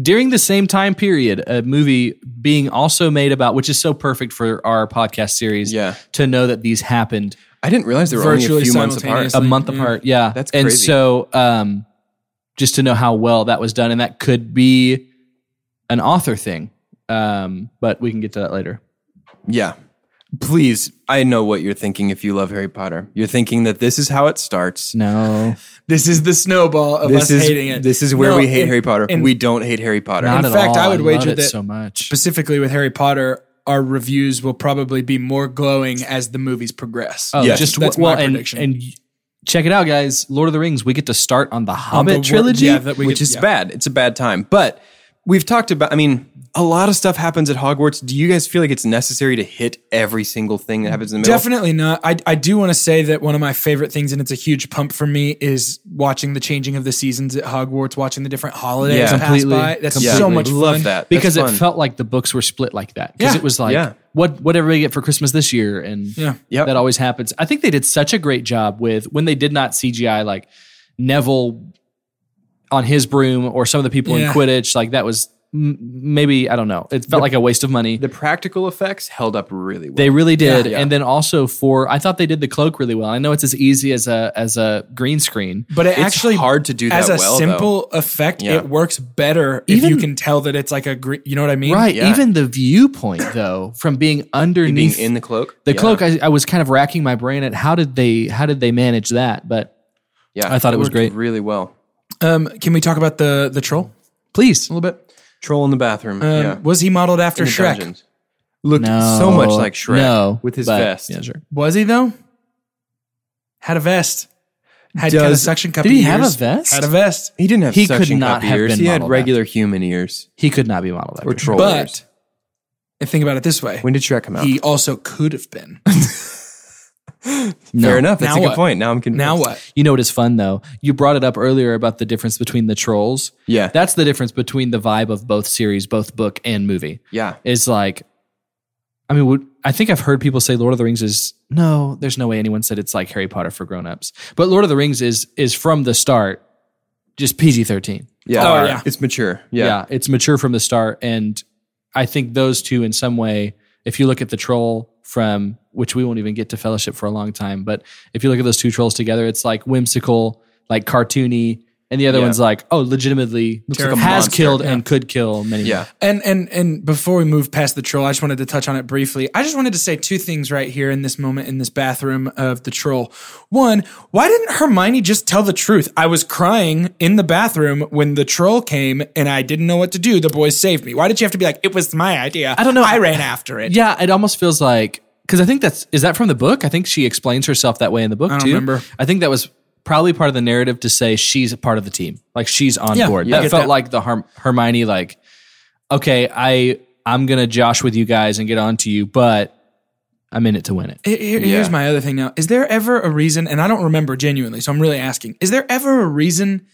[SPEAKER 4] during the same time period a movie being also made about, which is so perfect for our podcast series.
[SPEAKER 3] Yeah.
[SPEAKER 4] To know that these happened
[SPEAKER 3] I didn't realize there were only a
[SPEAKER 2] Virtually
[SPEAKER 3] few months apart. Um,
[SPEAKER 2] simultaneously.
[SPEAKER 4] a month apart. Yeah,
[SPEAKER 3] That's
[SPEAKER 4] and
[SPEAKER 3] crazy.
[SPEAKER 4] so um, just to know how well that was done, and that could be an author thing, um, but we can get to that later.
[SPEAKER 3] Yeah. Please, I know what you're thinking if you love Harry Potter. You're thinking that this is how it starts.
[SPEAKER 4] No,
[SPEAKER 2] This is the snowball of
[SPEAKER 3] This
[SPEAKER 2] us
[SPEAKER 3] is
[SPEAKER 2] hating it.
[SPEAKER 3] this is where
[SPEAKER 2] No,
[SPEAKER 3] we hate
[SPEAKER 2] in-
[SPEAKER 3] Harry Potter.
[SPEAKER 2] in-
[SPEAKER 3] we don't hate Harry Potter.
[SPEAKER 4] not
[SPEAKER 2] In
[SPEAKER 4] at
[SPEAKER 2] fact,
[SPEAKER 4] all.
[SPEAKER 2] I would
[SPEAKER 4] love
[SPEAKER 2] wager
[SPEAKER 4] it
[SPEAKER 2] that-
[SPEAKER 4] so much.
[SPEAKER 2] specifically with Harry Potter, our reviews will probably be more glowing as the movies progress.
[SPEAKER 4] Oh,
[SPEAKER 3] Yes.
[SPEAKER 4] just
[SPEAKER 2] That's
[SPEAKER 4] well,
[SPEAKER 2] my
[SPEAKER 4] and,
[SPEAKER 2] prediction.
[SPEAKER 4] and check it out, guys. Lord of the Rings. We get to start on the Hobbit
[SPEAKER 2] wor-
[SPEAKER 4] trilogy.
[SPEAKER 2] yeah, that we
[SPEAKER 3] which
[SPEAKER 2] get-
[SPEAKER 3] is
[SPEAKER 2] yeah.
[SPEAKER 3] bad. It's a bad time. But we've talked about. I mean, a lot of stuff happens at Hogwarts. Do you guys feel like it's necessary to hit every single thing that happens in the middle?
[SPEAKER 2] Definitely not. I, I do want to say that one of my favorite things, and it's a huge pump for me, is watching the changing of the seasons at Hogwarts, watching the different holidays
[SPEAKER 3] Yeah.
[SPEAKER 2] pass
[SPEAKER 4] Completely.
[SPEAKER 2] by. That's
[SPEAKER 3] Yeah,
[SPEAKER 2] so much
[SPEAKER 3] love
[SPEAKER 2] fun.
[SPEAKER 3] that Uh, That's
[SPEAKER 4] because it
[SPEAKER 3] fun.
[SPEAKER 4] felt like the books were split like that. Because
[SPEAKER 2] Yeah.
[SPEAKER 4] it was like,
[SPEAKER 3] Yeah.
[SPEAKER 4] what what everybody get for Christmas this year, and
[SPEAKER 2] Yeah.
[SPEAKER 3] Yep.
[SPEAKER 4] that always happens. I think they did such a great job with when they did not CGI like Neville on his broom or some of the people
[SPEAKER 2] Yeah.
[SPEAKER 4] in Quidditch. Like that was m- maybe I don't know. It felt like a waste of money.
[SPEAKER 3] the practical effects held up really well.
[SPEAKER 4] They really did.
[SPEAKER 3] Yeah.
[SPEAKER 4] And then also for I thought they did the cloak really well. I know it's as easy as a as a green screen.
[SPEAKER 2] But it
[SPEAKER 3] It's
[SPEAKER 2] actually
[SPEAKER 3] hard to do that
[SPEAKER 2] as a
[SPEAKER 3] well, though.
[SPEAKER 2] simple effect.
[SPEAKER 3] Yeah.
[SPEAKER 2] It works better if
[SPEAKER 4] Even-
[SPEAKER 2] you can tell that it's like a gre- you know what I mean,
[SPEAKER 4] Right.
[SPEAKER 3] Yeah.
[SPEAKER 4] Even the viewpoint though, from being
[SPEAKER 3] being
[SPEAKER 4] underneath
[SPEAKER 3] in the cloak.
[SPEAKER 4] the
[SPEAKER 3] Yeah.
[SPEAKER 4] cloak I, I was kind of racking my brain at how did they how did they manage that? But
[SPEAKER 3] Yeah,
[SPEAKER 4] I thought it was
[SPEAKER 3] worked
[SPEAKER 4] great.
[SPEAKER 3] Really well.
[SPEAKER 2] Um, can we talk about the the troll
[SPEAKER 4] please.
[SPEAKER 2] a little bit?
[SPEAKER 3] Troll in the bathroom.
[SPEAKER 2] Um,
[SPEAKER 3] yeah.
[SPEAKER 2] Was he modeled after
[SPEAKER 3] In the
[SPEAKER 2] Shrek?
[SPEAKER 3] dungeons. Looked
[SPEAKER 4] No.
[SPEAKER 3] so much like Shrek
[SPEAKER 4] No,
[SPEAKER 3] with his
[SPEAKER 4] but-
[SPEAKER 3] vest.
[SPEAKER 4] yeah, sure.
[SPEAKER 2] Was he though? Had a vest. Had kind of
[SPEAKER 3] Does-
[SPEAKER 2] suction cup.
[SPEAKER 4] did he
[SPEAKER 2] ears.
[SPEAKER 4] have a vest?
[SPEAKER 2] Had a vest.
[SPEAKER 3] He didn't have
[SPEAKER 4] He could
[SPEAKER 3] suction
[SPEAKER 4] not
[SPEAKER 3] cup
[SPEAKER 4] have
[SPEAKER 3] ears.
[SPEAKER 4] been
[SPEAKER 3] he had
[SPEAKER 4] modeled
[SPEAKER 3] regular human ears
[SPEAKER 4] He could not be modeled after.
[SPEAKER 3] or troll ears.
[SPEAKER 2] But and think about it this way:
[SPEAKER 3] When did Shrek come out?
[SPEAKER 2] he also could have been.
[SPEAKER 4] No.
[SPEAKER 3] Fair enough. That's
[SPEAKER 2] Now
[SPEAKER 3] a good
[SPEAKER 2] what?
[SPEAKER 3] point. Now I'm convinced.
[SPEAKER 2] now what?
[SPEAKER 4] You know what is fun though? You brought it up earlier about the difference between the trolls.
[SPEAKER 3] Yeah.
[SPEAKER 4] That's the difference between the vibe of both series, both book and movie.
[SPEAKER 3] Yeah.
[SPEAKER 4] Is like I mean, would- I think I've heard people say Lord of the Rings is no, there's no way anyone said it's like Harry Potter for grown-ups. But Lord of the Rings is is from the start just PG-13.
[SPEAKER 3] Yeah.
[SPEAKER 2] Oh, yeah.
[SPEAKER 3] It's mature.
[SPEAKER 4] yeah.
[SPEAKER 3] Yeah.
[SPEAKER 4] it's mature from the start and i think those two in some way if you look at the troll from which we won't even get to fellowship for a long time but if you look at those two trolls together it's like whimsical like cartoony and the other
[SPEAKER 3] Yeah.
[SPEAKER 4] one's like oh legitimately
[SPEAKER 3] like
[SPEAKER 4] has
[SPEAKER 3] a monster.
[SPEAKER 4] killed and could kill many
[SPEAKER 3] Yeah.
[SPEAKER 2] And and and before we move past the troll, I just wanted to touch on it briefly. I just wanted to say two things right here in this moment in this bathroom of the troll. One, why didn't Hermione just tell the truth? I was crying in the bathroom when the troll came, and I didn't know what to do. The boys saved me. Why did she have to be like, "It was my idea"? I
[SPEAKER 4] don't know.
[SPEAKER 2] I ran after it.
[SPEAKER 4] yeah it almost feels like because i think that's is that from the book i think she explains herself that way in the book
[SPEAKER 2] don't
[SPEAKER 4] too
[SPEAKER 2] remember.
[SPEAKER 4] i think that was probably part of the narrative to say she's a part of the team like she's on
[SPEAKER 2] Yeah,
[SPEAKER 4] board
[SPEAKER 2] yeah. I
[SPEAKER 4] that
[SPEAKER 2] get
[SPEAKER 4] felt
[SPEAKER 2] that.
[SPEAKER 4] like the Herm- hermione like okay i i'm gonna josh with you guys and get on to you but i'm in it to win it
[SPEAKER 2] Here- here- Here's my other thing now. Is there ever a reason, and I don't remember genuinely, so I'm really asking, is there ever a reason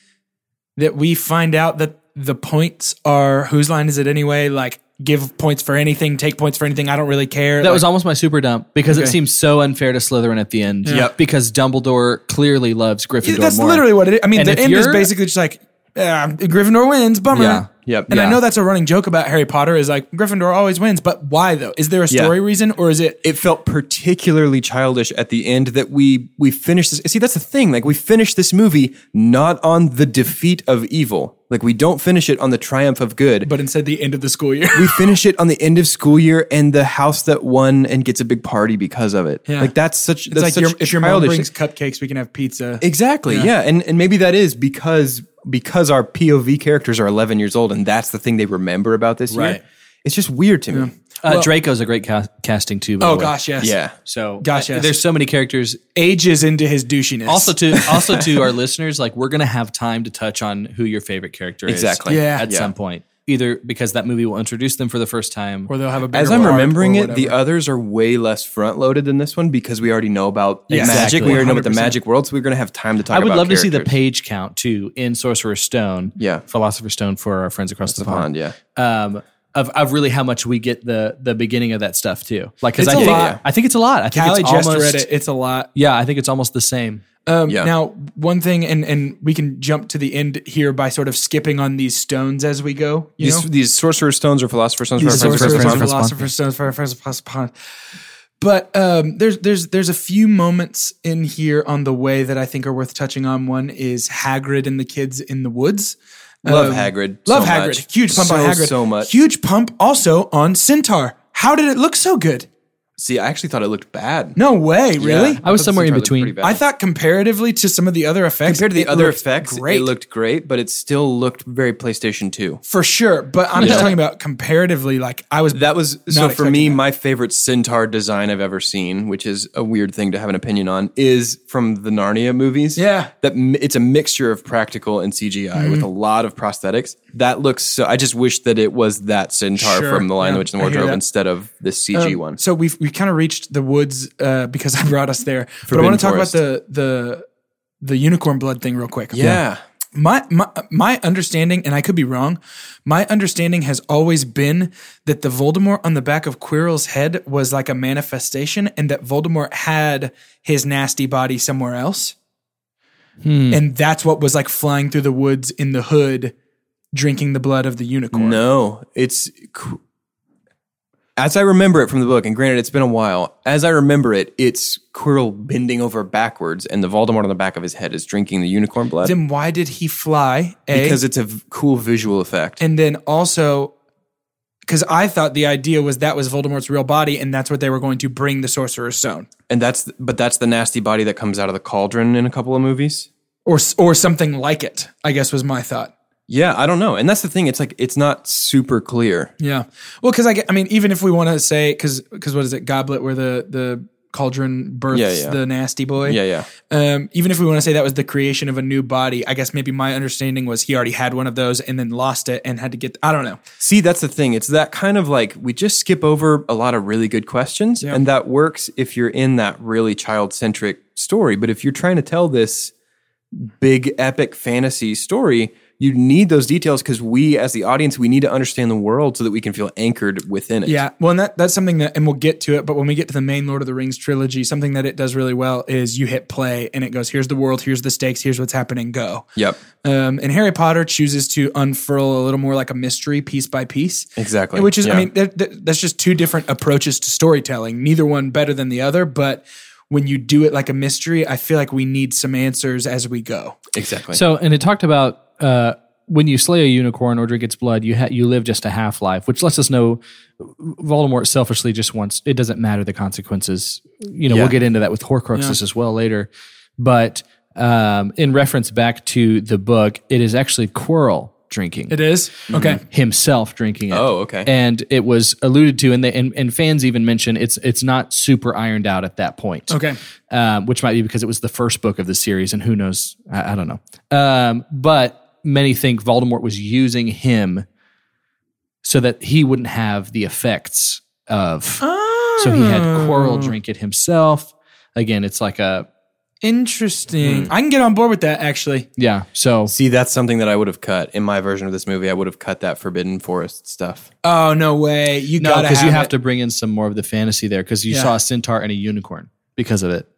[SPEAKER 2] that we find out that the points are whose line is it anyway? Like, give points for anything, take points for anything, I don't really care.
[SPEAKER 4] that was almost my super dump because it
[SPEAKER 2] Okay.
[SPEAKER 4] seems so unfair to Slytherin at the end.
[SPEAKER 3] Yep.
[SPEAKER 4] Because Dumbledore clearly loves Gryffindor.
[SPEAKER 2] that's
[SPEAKER 4] more.
[SPEAKER 2] literally what it is. I mean,
[SPEAKER 4] And
[SPEAKER 2] the
[SPEAKER 4] if
[SPEAKER 2] end is
[SPEAKER 4] you're-
[SPEAKER 2] basically just like, uh, Gryffindor wins, bummer.
[SPEAKER 4] Yeah.
[SPEAKER 3] Yep.
[SPEAKER 2] And I
[SPEAKER 3] Yeah.
[SPEAKER 2] know that's a running joke about Harry Potter is like Gryffindor always wins, but why though? Is there a
[SPEAKER 3] Yeah.
[SPEAKER 2] story reason or is it?
[SPEAKER 3] it felt particularly childish at the end that we we finished this. See, that's the thing. Like we finished this movie not on the defeat of evil. Like we don't finish it on the triumph of good.
[SPEAKER 2] But instead, the end of the school year.
[SPEAKER 3] we finish it on the end of school year and the house that won and gets a big party because of it.
[SPEAKER 2] Yeah.
[SPEAKER 3] Like that's such.
[SPEAKER 2] it's
[SPEAKER 3] That's
[SPEAKER 2] like
[SPEAKER 3] such
[SPEAKER 2] your, if your mom
[SPEAKER 3] childish.
[SPEAKER 2] brings cupcakes, we can have pizza.
[SPEAKER 3] Exactly. Yeah. And and maybe that is because because our POV characters are 11 years old and that's the thing they remember about this
[SPEAKER 2] Right.
[SPEAKER 3] year. It's just weird to me.
[SPEAKER 4] Uh, Draco's a great ca- casting too. By
[SPEAKER 2] oh
[SPEAKER 4] the way.
[SPEAKER 2] gosh, yes.
[SPEAKER 3] Yeah.
[SPEAKER 4] So uh,
[SPEAKER 2] Gosh, yes.
[SPEAKER 4] there's so many characters
[SPEAKER 2] ages into his douchiness.
[SPEAKER 4] also to also to our listeners like we're gonna have time to touch on who your favorite character
[SPEAKER 3] Exactly.
[SPEAKER 4] is
[SPEAKER 2] Yeah.
[SPEAKER 4] at some point either because that movie will introduce them for the first time
[SPEAKER 2] or they'll have a better
[SPEAKER 3] As I'm
[SPEAKER 2] barb
[SPEAKER 3] remembering
[SPEAKER 2] or
[SPEAKER 3] it, the
[SPEAKER 2] whatever.
[SPEAKER 3] others are way less front loaded than this one because we already know about
[SPEAKER 2] Yes.
[SPEAKER 3] magic.
[SPEAKER 4] Exactly.
[SPEAKER 3] We already know about the
[SPEAKER 2] 100%.
[SPEAKER 3] magic world, so we're going to have time to talk
[SPEAKER 4] i would
[SPEAKER 3] about
[SPEAKER 4] love to see the
[SPEAKER 3] characters.
[SPEAKER 4] page count too in sorcerer's stone
[SPEAKER 3] Yeah.
[SPEAKER 4] philosopher's stone for our friends across the,
[SPEAKER 3] pond.
[SPEAKER 4] pond,
[SPEAKER 3] Yeah.
[SPEAKER 4] um of, of really how much we get the the beginning of that stuff too like because
[SPEAKER 2] It's
[SPEAKER 4] i
[SPEAKER 2] a
[SPEAKER 4] think
[SPEAKER 2] lot.
[SPEAKER 4] i think it's a lot i think
[SPEAKER 2] Callie
[SPEAKER 4] it's
[SPEAKER 2] just
[SPEAKER 4] almost
[SPEAKER 2] read it. It's a lot.
[SPEAKER 4] yeah i think it's almost the same
[SPEAKER 2] Um,
[SPEAKER 3] Yeah.
[SPEAKER 2] Now, one thing, and and we can jump to the end here by sort of skipping on these stones as we go. You
[SPEAKER 3] These,
[SPEAKER 2] know,
[SPEAKER 3] these sorcerer's stones or philosopher's stones.
[SPEAKER 2] these
[SPEAKER 3] reference-
[SPEAKER 2] sorcerers,
[SPEAKER 3] reference-
[SPEAKER 2] and
[SPEAKER 3] reference-
[SPEAKER 2] philosopher's stones, philosopher's stones, pond. But um, there's there's there's a few moments in here on the way that I think are worth touching on. One is Hagrid and the kids in the woods.
[SPEAKER 3] Love Hagrid.
[SPEAKER 2] Love
[SPEAKER 3] so
[SPEAKER 2] Hagrid.
[SPEAKER 3] much.
[SPEAKER 2] Huge pump
[SPEAKER 3] so,
[SPEAKER 2] on Hagrid.
[SPEAKER 3] So much.
[SPEAKER 2] Huge pump also on Centaur. How did it look so good?
[SPEAKER 3] See, I actually thought it looked bad.
[SPEAKER 2] No way, really?
[SPEAKER 3] Yeah,
[SPEAKER 4] I was
[SPEAKER 3] thought the
[SPEAKER 4] somewhere in
[SPEAKER 3] cigar looked
[SPEAKER 4] between.
[SPEAKER 3] pretty bad.
[SPEAKER 2] I thought comparatively to some of the other effects,
[SPEAKER 3] compared to the
[SPEAKER 2] it
[SPEAKER 3] other
[SPEAKER 2] looked
[SPEAKER 3] effects,
[SPEAKER 2] great
[SPEAKER 3] it looked great, but it still looked very PlayStation 2.
[SPEAKER 2] for sure. But I'm just talking about comparatively. Like I was
[SPEAKER 3] That was so
[SPEAKER 2] Not
[SPEAKER 3] for me.
[SPEAKER 2] expecting that.
[SPEAKER 3] My favorite Centaur design I've ever seen, which is a weird thing to have an opinion on, is from the Narnia movies.
[SPEAKER 2] Yeah. Mm-hmm.
[SPEAKER 3] that m- it's a mixture of practical and CGI with a lot of prosthetics. That looks so. I just wish that it was that Centaur
[SPEAKER 2] Sure.
[SPEAKER 3] from the Lion,
[SPEAKER 2] Yeah,
[SPEAKER 3] the Witch, and
[SPEAKER 2] I
[SPEAKER 3] the
[SPEAKER 2] hear
[SPEAKER 3] Wardrobe
[SPEAKER 2] that.
[SPEAKER 3] instead of the CG
[SPEAKER 2] Um,
[SPEAKER 3] one.
[SPEAKER 2] So we've we kind of reached the woods uh, because I brought us there. but I want to talk
[SPEAKER 3] Forest.
[SPEAKER 2] about the the the unicorn blood thing real quick.
[SPEAKER 3] yeah,
[SPEAKER 2] My my my understanding, and I could be wrong. My understanding has always been that the Voldemort on the back of Quirrell's head was like a manifestation, and that Voldemort had his nasty body somewhere else,
[SPEAKER 3] Hmm.
[SPEAKER 2] and that's what was like flying through the woods in the hood, drinking the blood of the unicorn.
[SPEAKER 3] No, it's qu- as I remember it from the book, and granted, it's been a while. As I remember it, it's Quirrell bending over backwards, and the Voldemort on the back of his head is drinking the unicorn blood
[SPEAKER 2] Then why did he fly? A?
[SPEAKER 3] because it's a v- cool visual effect.
[SPEAKER 2] And then also, because I thought the idea was that was Voldemort's real body, and that's what they were going to bring the Sorcerer's Stone,
[SPEAKER 3] And that's th- but that's the nasty body that comes out of the cauldron in a couple of movies.
[SPEAKER 2] or or something like it. I guess was my thought.
[SPEAKER 3] Yeah, I don't know. And that's the thing; it's like it's not super clear.
[SPEAKER 2] Yeah. Well, because I, get- I mean, even if we want to say, because because what is it, Goblet, where the the cauldron births
[SPEAKER 3] Yeah, yeah.
[SPEAKER 2] the nasty boy.
[SPEAKER 3] Yeah, yeah.
[SPEAKER 2] Um, even if we want to say that was the creation of a new body, I guess maybe my understanding was he already had one of those and then lost it and had to get. I don't know.
[SPEAKER 3] See, that's the thing. It's that kind of like we just skip over a lot of really good questions, and that works if you're in that really child centric story. But if you're trying to tell this big epic fantasy story, you need those details because we, as the audience, we need to understand the world so that we can feel anchored within it.
[SPEAKER 2] Yeah, well, and that that's something that, and we'll get to it. But when we get to the main Lord of the Rings trilogy, something that it does really well is you hit play and it goes, "Here's the world, here's the stakes, here's what's happening, go."
[SPEAKER 3] Yep.
[SPEAKER 2] Um, and Harry Potter chooses to unfurl a little more like a mystery, piece by piece.
[SPEAKER 3] Exactly,
[SPEAKER 2] Which is, I
[SPEAKER 3] yeah.
[SPEAKER 2] mean, that, that- that's just two different approaches to storytelling. Neither one better than the other, but when you do it like a mystery, I feel like we need some answers as we go.
[SPEAKER 3] Exactly.
[SPEAKER 4] So, and it talked about uh, when you slay a unicorn or drink its blood, you ha- you live just a half life, which lets us know Voldemort selfishly just wants it doesn't matter the consequences. You know, we'll get into that with Horcruxes as well later, but um, in reference back to the book, it is actually Quirrell drinking
[SPEAKER 2] It is
[SPEAKER 4] Mm-hmm.
[SPEAKER 2] okay.
[SPEAKER 4] himself drinking it.
[SPEAKER 3] Oh, okay.
[SPEAKER 4] And it was alluded to, and they, and, and fans even mention it's it's not super ironed out at that point.
[SPEAKER 2] Okay.
[SPEAKER 4] um, which might be because it was the first book of the series, and who knows? I, I don't know. Um, but many think Voldemort was using him so that he wouldn't have the effects of. So he had
[SPEAKER 2] Oh.
[SPEAKER 4] Quirrell drink it himself. Again, it's like a
[SPEAKER 2] Interesting.
[SPEAKER 4] Mm.
[SPEAKER 2] I can get on board with that actually.
[SPEAKER 4] yeah. So
[SPEAKER 3] See, that's something that I would have cut in my version of this movie. I would have cut that Forbidden Forest stuff.
[SPEAKER 2] Oh no way! You
[SPEAKER 4] no,
[SPEAKER 2] gotta
[SPEAKER 4] because you
[SPEAKER 2] it.
[SPEAKER 4] have to bring in some more of the fantasy there because you
[SPEAKER 2] Yeah.
[SPEAKER 4] saw a centaur and a unicorn because of it.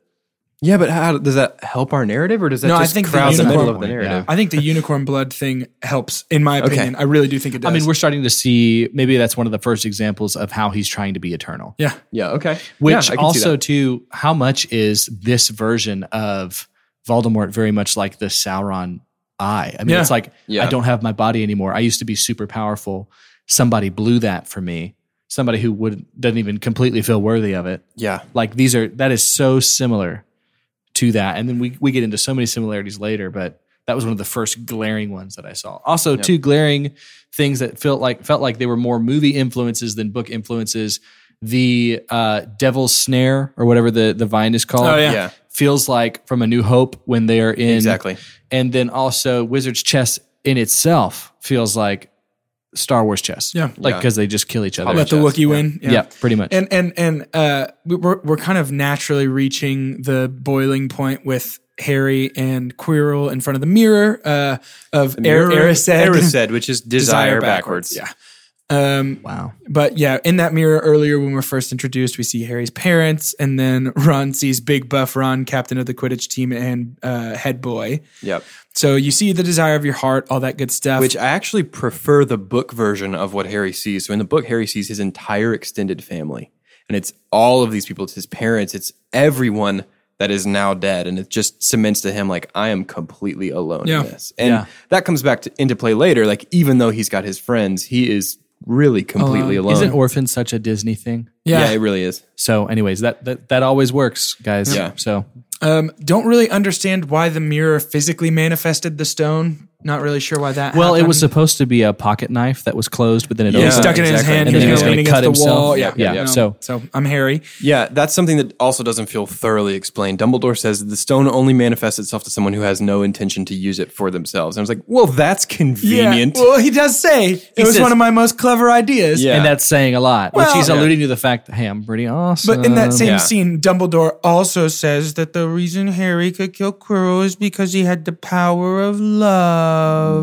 [SPEAKER 3] Yeah, but how does that help our narrative, or does that
[SPEAKER 2] No, I
[SPEAKER 3] just
[SPEAKER 2] think the
[SPEAKER 3] crowd the,
[SPEAKER 2] unicorn-
[SPEAKER 3] middle of the
[SPEAKER 4] Yeah.
[SPEAKER 3] narrative?
[SPEAKER 2] I think the unicorn blood thing helps, in my opinion. I really do think it does.
[SPEAKER 4] I mean, we're starting to see maybe that's one of the first examples of how he's trying to be eternal.
[SPEAKER 2] yeah,
[SPEAKER 3] Yeah. Okay. Yeah, I
[SPEAKER 4] Which
[SPEAKER 3] can see
[SPEAKER 4] also
[SPEAKER 3] that.
[SPEAKER 4] too, how much is this version of Voldemort very much like the Sauron eye? I mean,
[SPEAKER 2] Yeah.
[SPEAKER 4] it's like
[SPEAKER 3] Yeah.
[SPEAKER 4] I don't have my body anymore. I used to be super powerful. Somebody blew that for me. Somebody who would doesn't even completely feel worthy of it.
[SPEAKER 3] yeah.
[SPEAKER 4] Like these are that is so similar to that. And then we we get into so many similarities later, but that was one of the first glaring ones that I saw. Also, two glaring things that felt like felt like they were more movie influences than book influences. The uh, Devil's Snare or whatever the the vine is called.
[SPEAKER 2] Oh, yeah.
[SPEAKER 3] Yeah.
[SPEAKER 4] Feels like from A New Hope when they are in
[SPEAKER 3] Exactly.
[SPEAKER 4] and then also Wizard's Chess in itself feels like Star Wars chess.
[SPEAKER 2] Yeah.
[SPEAKER 4] like
[SPEAKER 3] Yeah.
[SPEAKER 4] because they just kill each other.
[SPEAKER 2] let the Wookiee win.
[SPEAKER 4] yeah. pretty much.
[SPEAKER 2] And and and uh, we- we're we're kind of naturally reaching the boiling point with Harry and Quirrell in front of the mirror uh, of Air Erised.
[SPEAKER 3] Erised, which is desire, backwards.
[SPEAKER 2] Yeah. Um,
[SPEAKER 4] wow.
[SPEAKER 2] but yeah, in that mirror earlier when we're first introduced, we see Harry's parents, and then Ron sees Big Buff Ron, captain of the Quidditch team and uh, head boy.
[SPEAKER 3] Yep.
[SPEAKER 2] So you see the desire of your heart, all that good stuff.
[SPEAKER 3] Which I actually prefer the book version of what Harry sees. So in the book, Harry sees his entire extended family. And it's all of these people. It's his parents. It's everyone that is now dead. And it just cements to him, like, I am completely alone
[SPEAKER 2] Yeah.
[SPEAKER 3] in this. And that comes back to, into play later. Like, even though he's got his friends, he is really completely alone.
[SPEAKER 4] Isn't Orphan such a Disney thing?
[SPEAKER 3] yeah.
[SPEAKER 2] Yeah.
[SPEAKER 3] it really is.
[SPEAKER 4] So, anyways, that that, that always works, guys.
[SPEAKER 3] Yeah.
[SPEAKER 4] So
[SPEAKER 2] Um, don't really understand why the mirror physically manifested the stone. Not really sure why that.
[SPEAKER 4] Well, it
[SPEAKER 2] happened.
[SPEAKER 4] was supposed to be a pocket knife that was closed, but then it
[SPEAKER 3] Yeah.
[SPEAKER 2] He
[SPEAKER 4] opened.
[SPEAKER 2] stuck it in his
[SPEAKER 3] exactly.
[SPEAKER 2] hand.
[SPEAKER 4] And
[SPEAKER 2] he
[SPEAKER 4] then he
[SPEAKER 2] was
[SPEAKER 4] was gonna
[SPEAKER 2] leaning against
[SPEAKER 4] cut
[SPEAKER 2] the wall.
[SPEAKER 4] himself.
[SPEAKER 2] Yeah,
[SPEAKER 4] Yeah,
[SPEAKER 2] no.
[SPEAKER 4] yeah. So-
[SPEAKER 2] so I'm Harry.
[SPEAKER 3] Yeah, that's something that also doesn't feel thoroughly explained. Dumbledore says the stone only manifests itself to someone who has no intention to use it for themselves. And I was like, well, that's convenient.
[SPEAKER 2] Yeah. Well, he does say it was
[SPEAKER 4] says-
[SPEAKER 2] one of my most clever ideas.
[SPEAKER 3] Yeah.
[SPEAKER 4] And that's saying a lot,
[SPEAKER 2] Well-
[SPEAKER 4] which he's
[SPEAKER 2] Yeah.
[SPEAKER 4] alluding to the fact that, hey, I'm pretty awesome.
[SPEAKER 2] But in that same
[SPEAKER 3] yeah.
[SPEAKER 2] scene, Dumbledore also says that the reason Harry could kill Quirrell is because he had the power of love.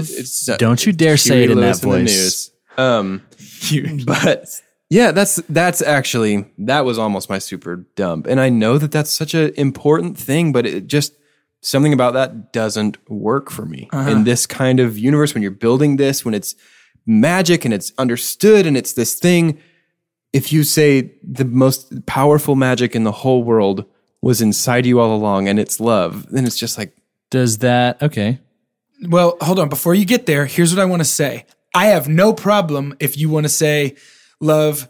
[SPEAKER 3] It's, uh,
[SPEAKER 4] Don't you dare say it in
[SPEAKER 3] Huey Lewis
[SPEAKER 4] that
[SPEAKER 3] the
[SPEAKER 4] voice.
[SPEAKER 3] news. Um, but yeah, that's that's actually that was almost my super dump, and I know that that's such an important thing, but it just something about that doesn't work for me
[SPEAKER 4] Uh-huh.
[SPEAKER 3] in this kind of universe when you're building this when it's magic and it's understood and it's this thing. If you say the most powerful magic in the whole world was inside you all along and it's love, then it's just like
[SPEAKER 4] Does that, okay.
[SPEAKER 2] Well, hold on. Before you get there, here's what I want to say. I have no problem if you want to say love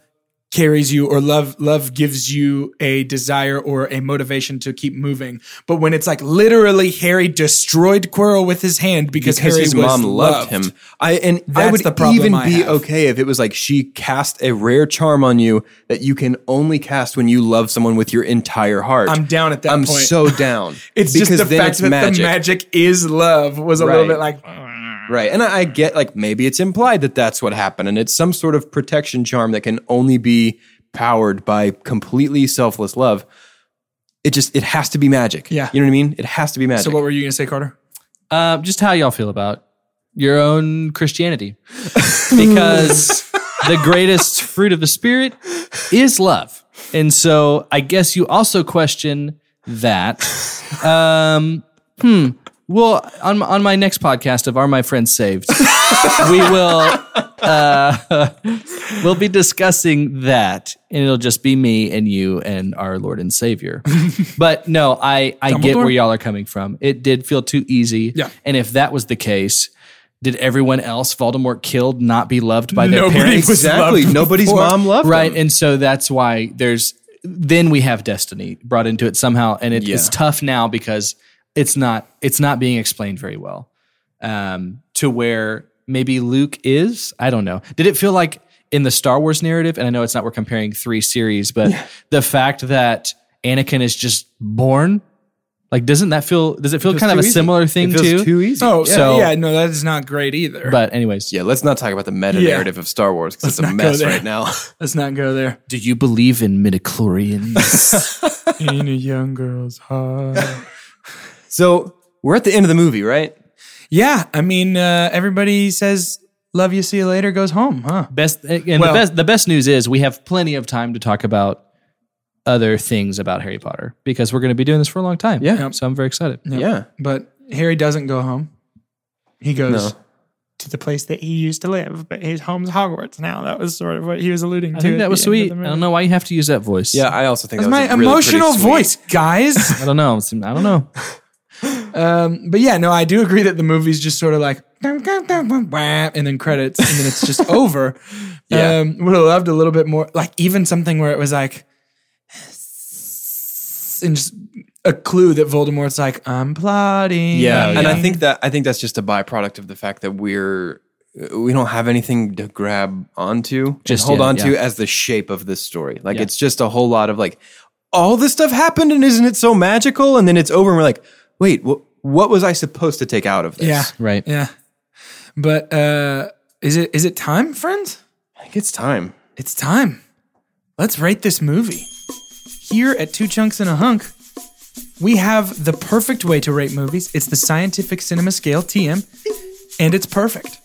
[SPEAKER 2] carries you or love love gives you a desire or a motivation to keep moving. But when it's like literally Harry destroyed Quirrell with his hand because,
[SPEAKER 3] because
[SPEAKER 2] Harry
[SPEAKER 3] his
[SPEAKER 2] was
[SPEAKER 3] mom loved him. I and I
[SPEAKER 2] That's
[SPEAKER 3] would
[SPEAKER 2] the problem
[SPEAKER 3] even
[SPEAKER 2] I
[SPEAKER 3] be
[SPEAKER 2] have.
[SPEAKER 3] okay if it was like she cast a rare charm on you that you can only cast when you love someone with your entire heart.
[SPEAKER 2] I'm down at that
[SPEAKER 3] I'm
[SPEAKER 2] point.
[SPEAKER 3] so down.
[SPEAKER 2] It's just
[SPEAKER 3] Because
[SPEAKER 2] the
[SPEAKER 3] then
[SPEAKER 2] fact
[SPEAKER 3] it's
[SPEAKER 2] that the magic is love was a little
[SPEAKER 3] Right.
[SPEAKER 2] bit like
[SPEAKER 3] right? And I, I get like maybe it's implied that that's what happened, and it's some sort of protection charm that can only be powered by completely selfless love. It just it has to be magic.
[SPEAKER 2] Yeah.
[SPEAKER 3] you know what I mean. It has to be magic.
[SPEAKER 2] So what were you gonna say, Carter?
[SPEAKER 4] Uh, just how y'all feel about your own Christianity. because the greatest fruit of the Spirit is love. And so I guess you also question that. Um, hmm. Well, on, my- on my next podcast of Are My Friends Saved, we will uh, we'll be discussing that, and it'll just be me and you and our Lord and Savior. but no, I I get where y'all are coming from. It did feel too easy.
[SPEAKER 2] Yeah.
[SPEAKER 4] And if that was the case, did everyone else Voldemort killed not be loved by their
[SPEAKER 2] Nobody
[SPEAKER 4] parents?
[SPEAKER 2] was
[SPEAKER 3] exactly.
[SPEAKER 2] loved
[SPEAKER 3] Nobody's
[SPEAKER 2] before.
[SPEAKER 3] mom loved
[SPEAKER 4] right
[SPEAKER 3] him.
[SPEAKER 4] and so that's why there's then we have destiny brought into it somehow and it, it's tough now because it's not it's not being explained very well um to where maybe luke is i don't know did it feel like in the star wars narrative and i know it's not we're comparing three series but the fact that anakin is just born like doesn't that feel does it feel kind of a similar thing
[SPEAKER 3] It
[SPEAKER 4] too
[SPEAKER 3] feels too easy.
[SPEAKER 2] Oh yeah,
[SPEAKER 4] So-
[SPEAKER 2] yeah, no, that is not great either.
[SPEAKER 4] but anyways
[SPEAKER 3] Yeah, let's not talk about the meta
[SPEAKER 2] Yeah.
[SPEAKER 3] narrative of Star Wars because it's a
[SPEAKER 2] not go
[SPEAKER 3] mess
[SPEAKER 2] there.
[SPEAKER 3] right now.
[SPEAKER 2] Let's not go there.
[SPEAKER 4] do you believe in midichlorians
[SPEAKER 2] In a young girl's heart.
[SPEAKER 3] So we're at the end of the movie, right?
[SPEAKER 2] Yeah, I mean, uh, everybody says "love you, see you later" goes home, huh?
[SPEAKER 4] Best and
[SPEAKER 2] Well-
[SPEAKER 4] the best the best news is we have plenty of time to talk about other things about Harry Potter because we're going to be doing this for a long time.
[SPEAKER 3] Yeah.
[SPEAKER 4] So I'm very excited.
[SPEAKER 3] Yeah.
[SPEAKER 2] But Harry doesn't go home. He goes to the place that he used to live, but his home's Hogwarts now. That was sort of what he was alluding to.
[SPEAKER 4] I think
[SPEAKER 2] at
[SPEAKER 4] that was
[SPEAKER 2] the end
[SPEAKER 4] sweet.
[SPEAKER 2] of the
[SPEAKER 4] I
[SPEAKER 2] movie.
[SPEAKER 4] don't know why you have to use that voice.
[SPEAKER 3] Yeah, I also think
[SPEAKER 2] That's
[SPEAKER 3] that was
[SPEAKER 2] my
[SPEAKER 3] a really
[SPEAKER 2] emotional
[SPEAKER 3] pretty sweet-
[SPEAKER 2] voice, guys.
[SPEAKER 4] I don't know. It's- I don't know.
[SPEAKER 2] um, but yeah, no, I do agree that the movie's just sort of like dum, dum, dum, dum, wah, and then credits, and then it's just over.
[SPEAKER 3] Yeah.
[SPEAKER 2] Um, would have loved a little bit more, like even something where it was like, and just a clue that Voldemort's like, I'm plotting.
[SPEAKER 3] Yeah, and I think that I think that's just a byproduct of the fact that we're we don't have anything to grab onto, just
[SPEAKER 4] Just
[SPEAKER 3] hold
[SPEAKER 4] yet,
[SPEAKER 3] on to
[SPEAKER 4] yeah.
[SPEAKER 3] as the shape of this story. Like
[SPEAKER 4] Yeah.
[SPEAKER 3] it's just a whole lot of like all this stuff happened and isn't it so magical? And then it's over and we're like, wait, what? What was I supposed to take out of this?
[SPEAKER 2] yeah,
[SPEAKER 4] Right.
[SPEAKER 2] yeah. But uh, is it is it time, friends?
[SPEAKER 3] I think it's time.
[SPEAKER 2] It's time. Let's rate this movie. Here at Two Chunks and a Hunk, we have the perfect way to rate movies. It's the Scientific Cinema Scale TM, and it's perfect.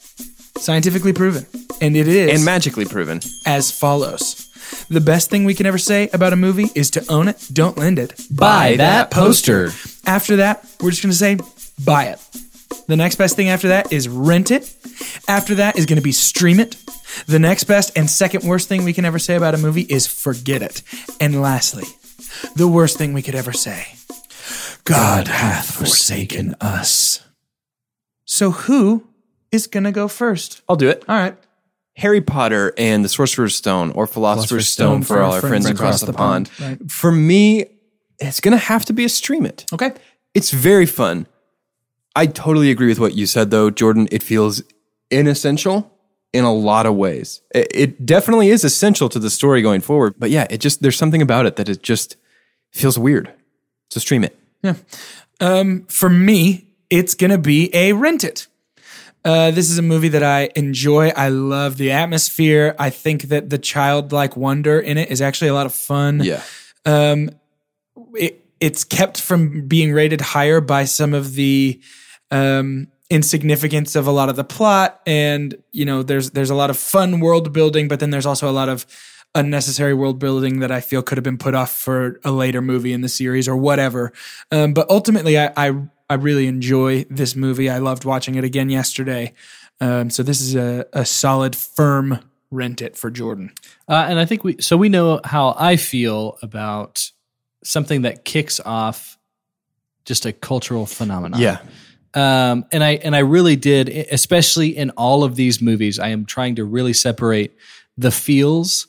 [SPEAKER 2] Scientifically proven. And it is
[SPEAKER 3] And magically proven.
[SPEAKER 2] as follows. The best thing we can ever say about a movie is to own it, don't lend it.
[SPEAKER 4] Buy that poster.
[SPEAKER 2] After that, we're just going to say buy it. The next best thing after that is rent it. After that is going to be stream it. The next best and second worst thing we can ever say about a movie is forget it. And lastly, the worst thing we could ever say God hath forsaken us. So who is going to go first?
[SPEAKER 3] I'll do it.
[SPEAKER 2] All right.
[SPEAKER 3] Harry Potter and the Sorcerer's Stone or Philosopher's, Stone, for all our friends, across, the pond. For me, it's going to have to be a stream it.
[SPEAKER 2] Okay.
[SPEAKER 3] It's very fun. I totally agree with what you said, though, Jordan. It feels inessential in a lot of ways. It, it definitely is essential to the story going forward. But yeah, it just, there's something about it that it just feels weird. So stream it.
[SPEAKER 2] for me, it's going to be a rent it. Uh, this is a movie that I enjoy. I love the atmosphere. I think that the childlike wonder in it is actually a lot of fun.
[SPEAKER 3] Yeah.
[SPEAKER 2] It, it's kept from being rated higher by some of the um, insignificance of a lot of the plot, and you know, there's there's a lot of fun world building, but then there's also a lot of unnecessary world building that I feel could have been put off for a later movie in the series or whatever. Um, but ultimately, I, I I really enjoy this movie. I loved watching it again yesterday. Um, so this is a, a solid, firm rent it for Jordan.
[SPEAKER 4] Uh, and I think we so we know how I feel about something that kicks off just a cultural phenomenon.
[SPEAKER 3] Yeah.
[SPEAKER 4] Um, and I and I really did, e, especially in all of these movies. I am trying to really separate the feels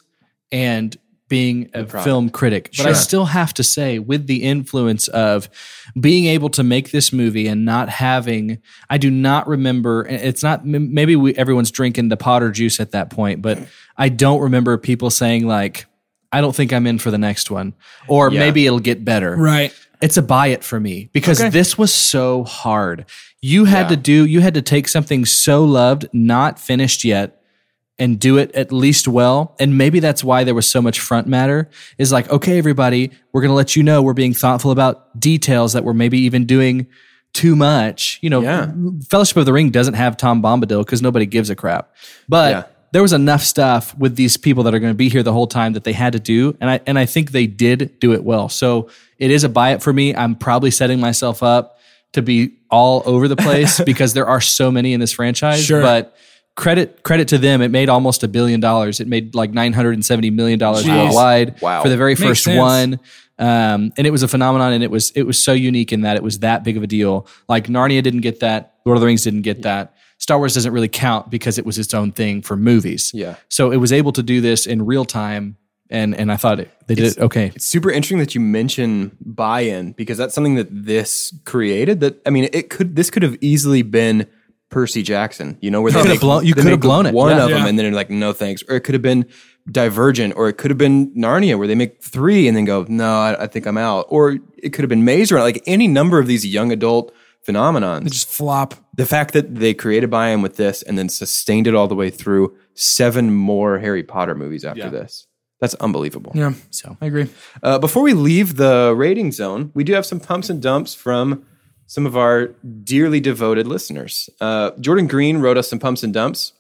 [SPEAKER 4] and being a film critic, but I still have to say, with the influence of being able to make this movie and not having, I do not remember. and It's not m- maybe we, everyone's drinking the Potter juice at that point, but I don't remember people saying like, "I don't think I'm in for the next one," or maybe it'll get better
[SPEAKER 2] Right.
[SPEAKER 4] it's a buy it for me because this was so hard. You had to do, you had to take something so loved, not finished yet, and do it at least well. And maybe that's why there was so much front matter is like, okay, everybody, we're going to let you know we're being thoughtful about details that we're maybe even doing too much. You know, Fellowship of the Ring doesn't have Tom Bombadil because nobody gives a crap. But there was enough stuff with these people that are going to be here the whole time that they had to do, and I and I think they did do it well. So it is a buy it for me. I'm probably setting myself up to be all over the place because there are so many in this franchise.
[SPEAKER 2] Sure.
[SPEAKER 4] But credit credit to them, it made almost a billion dollars. It made like 970 million dollars
[SPEAKER 2] Jeez.
[SPEAKER 4] worldwide
[SPEAKER 3] Wow.
[SPEAKER 4] for the very
[SPEAKER 2] Makes
[SPEAKER 4] first
[SPEAKER 2] sense.
[SPEAKER 4] one. Um, and it was a phenomenon, and it was it was so unique in that it was that big of a deal. Like Narnia didn't get that, Lord of the Rings didn't get that. Star Wars doesn't really count because it was its own thing for movies.
[SPEAKER 3] Yeah.
[SPEAKER 4] So it was able to do this in real time, and and I thought it, they did it okay.
[SPEAKER 3] It's super interesting that you mention buy-in because that's something that this created. That I mean, it could this could have easily been Percy Jackson, you know, where they
[SPEAKER 4] Could have
[SPEAKER 3] make-
[SPEAKER 4] blown- you
[SPEAKER 3] they
[SPEAKER 4] could have
[SPEAKER 3] make
[SPEAKER 4] blown it.
[SPEAKER 3] one
[SPEAKER 4] Yeah.
[SPEAKER 3] of them, and then they're like, no thanks. Or it could have been Divergent, or it could have been Narnia, where they make three and then go, no, I, I think I'm out. Or it could have been Maze Runner, like any number of these young adult phenomenons.
[SPEAKER 2] Just flop.
[SPEAKER 3] the fact that they created buy-in with this and then sustained it all the way through seven more Harry Potter movies after this. That's unbelievable.
[SPEAKER 2] Yeah. So I agree.
[SPEAKER 3] Uh, before we leave the rating zone, we do have some pumps and dumps from some of our dearly devoted listeners. Uh, Jordan Green wrote us some pumps and dumps.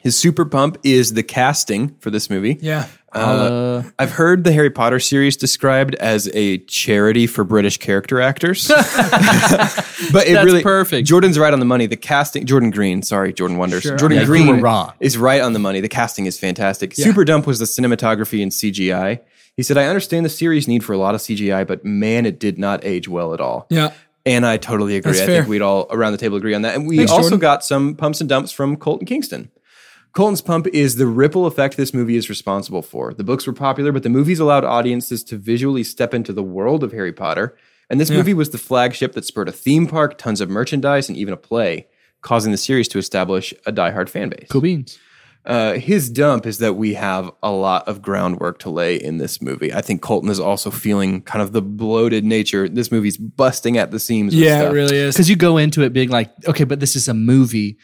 [SPEAKER 3] His super pump is the casting for this movie.
[SPEAKER 2] Yeah.
[SPEAKER 3] Uh, I've heard the Harry Potter series described as a charity for British character actors. but it
[SPEAKER 4] That's
[SPEAKER 3] really
[SPEAKER 4] perfect.
[SPEAKER 3] Jordan's right on the money. The casting Jordan Green, sorry, Jordan Wonders. Jordan
[SPEAKER 4] Yeah, you
[SPEAKER 3] Green
[SPEAKER 4] were wrong.
[SPEAKER 3] is right on the money. The casting is fantastic. Super dump was the cinematography and CGI. He said, I understand the series need for a lot of CGI, but man, it did not age well at all.
[SPEAKER 2] Yeah.
[SPEAKER 3] And I totally agree.
[SPEAKER 2] That's
[SPEAKER 3] I
[SPEAKER 2] fair.
[SPEAKER 3] think we'd all around the table agree on that. And we
[SPEAKER 2] Thanks,
[SPEAKER 3] also
[SPEAKER 2] Jordan.
[SPEAKER 3] got some pumps and dumps from Colton Kingston. Colton's pump is the ripple effect this movie is responsible for. The books were popular, but the movies allowed audiences to visually step into the world of Harry Potter. And this movie was the flagship that spurred a theme park, tons of merchandise, and even a play, causing the series to establish a diehard fan base.
[SPEAKER 4] Cool beans.
[SPEAKER 3] Uh, his dump is that we have a lot of groundwork to lay in this movie. I think Colton is also feeling kind of the bloated nature. This movie's busting at the seams. with
[SPEAKER 2] Yeah. It
[SPEAKER 3] stuff.
[SPEAKER 2] really is.
[SPEAKER 4] Because you go into it being like, okay, but this is a movie.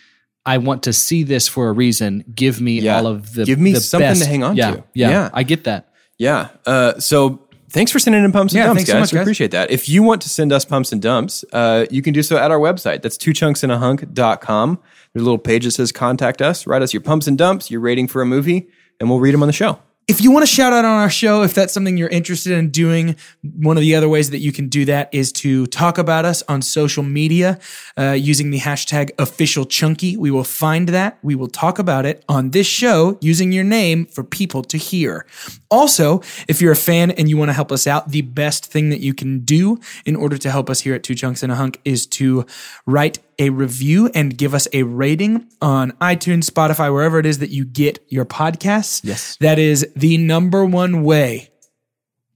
[SPEAKER 4] I want to see this for a reason. Give me
[SPEAKER 3] Yeah.
[SPEAKER 4] all of the
[SPEAKER 3] Give me
[SPEAKER 4] the
[SPEAKER 3] something to
[SPEAKER 4] best.
[SPEAKER 3] hang on
[SPEAKER 4] Yeah,
[SPEAKER 3] to.
[SPEAKER 4] Yeah,
[SPEAKER 3] Yeah.
[SPEAKER 4] I get that.
[SPEAKER 3] Yeah. Uh, so thanks for sending in pumps and
[SPEAKER 2] Yeah,
[SPEAKER 3] dumps,
[SPEAKER 2] thanks so
[SPEAKER 3] guys.
[SPEAKER 2] much,
[SPEAKER 3] we
[SPEAKER 2] guys.
[SPEAKER 3] appreciate that. If you want to send us pumps and dumps, uh, you can do so at our website. That's two chunks in a hunk.com. There's a little page that says contact us. Write us your pumps and dumps, your rating for a movie, and we'll read them on the show.
[SPEAKER 2] if you want to shout out on our show, if that's something you're interested in doing, one of the other ways that you can do that is to talk about us on social media uh, using the hashtag official chunky. We will find that. We will talk about it on this show using your name for people to hear. Also, if you're a fan and you want to help us out, the best thing that you can do in order to help us here at Two Chunks and a Hunk is to write a review and give us a rating on iTunes, Spotify, wherever it is that you get your podcasts. Yes. That is the number one way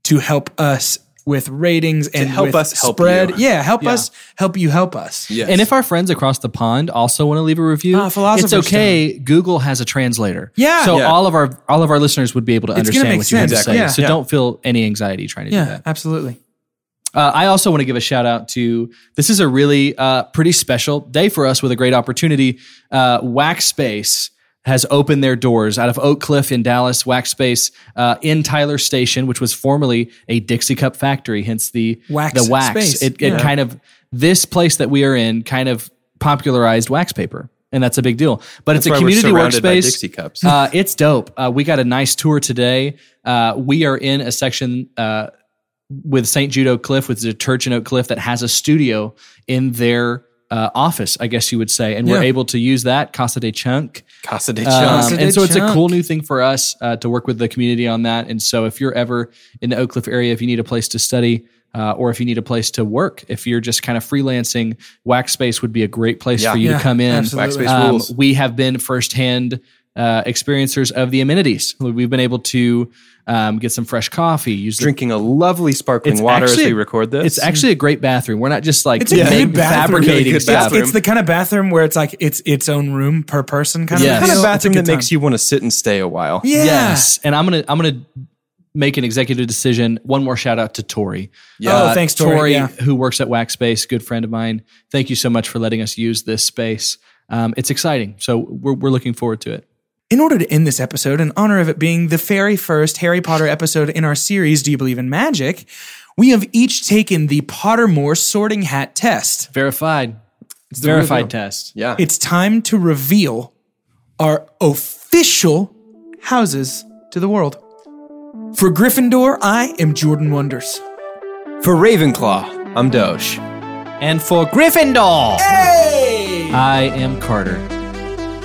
[SPEAKER 2] to help us with ratings and
[SPEAKER 3] help
[SPEAKER 2] with
[SPEAKER 3] us help
[SPEAKER 2] spread.
[SPEAKER 3] you.
[SPEAKER 2] Yeah, help us help you help us.
[SPEAKER 3] Yes.
[SPEAKER 4] And if our friends across the pond also want to leave a review,
[SPEAKER 2] Ah, Philosopher's
[SPEAKER 4] it's okay. Google has a translator.
[SPEAKER 2] Yeah.
[SPEAKER 4] So
[SPEAKER 3] Yeah.
[SPEAKER 4] all of our all of our listeners would be able to
[SPEAKER 2] It's gonna
[SPEAKER 4] understand
[SPEAKER 2] make
[SPEAKER 4] what you have to
[SPEAKER 2] sense.
[SPEAKER 4] say.
[SPEAKER 2] Yeah.
[SPEAKER 4] So
[SPEAKER 3] Yeah.
[SPEAKER 4] don't feel any anxiety trying to do
[SPEAKER 2] Yeah,
[SPEAKER 4] that.
[SPEAKER 2] absolutely.
[SPEAKER 4] Uh, I also want to give a shout out to this is a really uh, pretty special day for us with a great opportunity. Uh, Wax Space has opened their doors out of Oak Cliff in Dallas. Wax Space uh, in Tyler Station, which was formerly a Dixie Cup factory, hence the
[SPEAKER 2] Wax
[SPEAKER 4] The wax.
[SPEAKER 2] Space.
[SPEAKER 4] It, it
[SPEAKER 2] Yeah.
[SPEAKER 4] kind of this place that we are in kind of popularized wax paper, and that's a big deal. But it's a
[SPEAKER 3] why we're
[SPEAKER 4] community
[SPEAKER 3] surrounded by
[SPEAKER 4] workspace.
[SPEAKER 3] Dixie cups.
[SPEAKER 4] Uh, it's dope. Uh, we got a nice tour today. Uh, we are in a section uh, with St. Jude Oak Cliff, with the church in Oak Cliff that has a studio in their uh, office, I guess you would say. And we're
[SPEAKER 2] Yeah.
[SPEAKER 4] able to use that, Casa de Chunk.
[SPEAKER 3] Casa de
[SPEAKER 4] Um,
[SPEAKER 3] Chance.
[SPEAKER 2] Casa de
[SPEAKER 4] and so it's a
[SPEAKER 2] Chunk.
[SPEAKER 4] cool new thing for us uh, to work with the community on that. And so if you're ever in the Oak Cliff area, if you need a place to study, uh, or if you need a place to work, if you're just kind of freelancing, Wax Space would be a great place
[SPEAKER 3] Yeah.
[SPEAKER 4] for you
[SPEAKER 2] Yeah,
[SPEAKER 4] to come in.
[SPEAKER 2] absolutely.
[SPEAKER 3] Wax Space
[SPEAKER 4] Um,
[SPEAKER 3] rules.
[SPEAKER 4] we have been firsthand uh, experiencers of the amenities. We've been able to um, get some fresh coffee, use the
[SPEAKER 3] Drinking a lovely sparkling water as
[SPEAKER 4] actually-
[SPEAKER 3] we record this.
[SPEAKER 4] it's actually a great bathroom. We're not just like
[SPEAKER 2] It's a
[SPEAKER 4] ma-
[SPEAKER 2] big bathroom.
[SPEAKER 4] fabricating
[SPEAKER 3] Really good
[SPEAKER 4] stuff.
[SPEAKER 3] bathroom.
[SPEAKER 2] It's the kind of bathroom where it's like it's its own room per person kind
[SPEAKER 4] Yes.
[SPEAKER 2] of
[SPEAKER 3] the kind
[SPEAKER 2] deal.
[SPEAKER 3] of bathroom
[SPEAKER 2] It's a
[SPEAKER 3] that
[SPEAKER 2] good
[SPEAKER 3] makes
[SPEAKER 2] time.
[SPEAKER 3] you want to sit and stay a while.
[SPEAKER 2] Yeah.
[SPEAKER 4] Yes, and I'm gonna I'm gonna make an executive decision. One more shout out to Tori.
[SPEAKER 2] Oh, thanks, Tori. Yeah.
[SPEAKER 4] who works at Wax Space, good friend of mine. Thank you so much for letting us use this space. Um, it's exciting, so we're we're looking forward to it.
[SPEAKER 2] In order to end this episode, in honor of it being the very first Harry Potter episode in our series, Do You Believe in Magic? We have each taken the Pottermore sorting hat test.
[SPEAKER 4] Verified, it's verified test.
[SPEAKER 3] Yeah.
[SPEAKER 2] It's time to reveal our official houses to the world. For Gryffindor, I am Jordan Wonders.
[SPEAKER 3] For Ravenclaw, I'm Doge.
[SPEAKER 4] And for Gryffindor, I am Carter.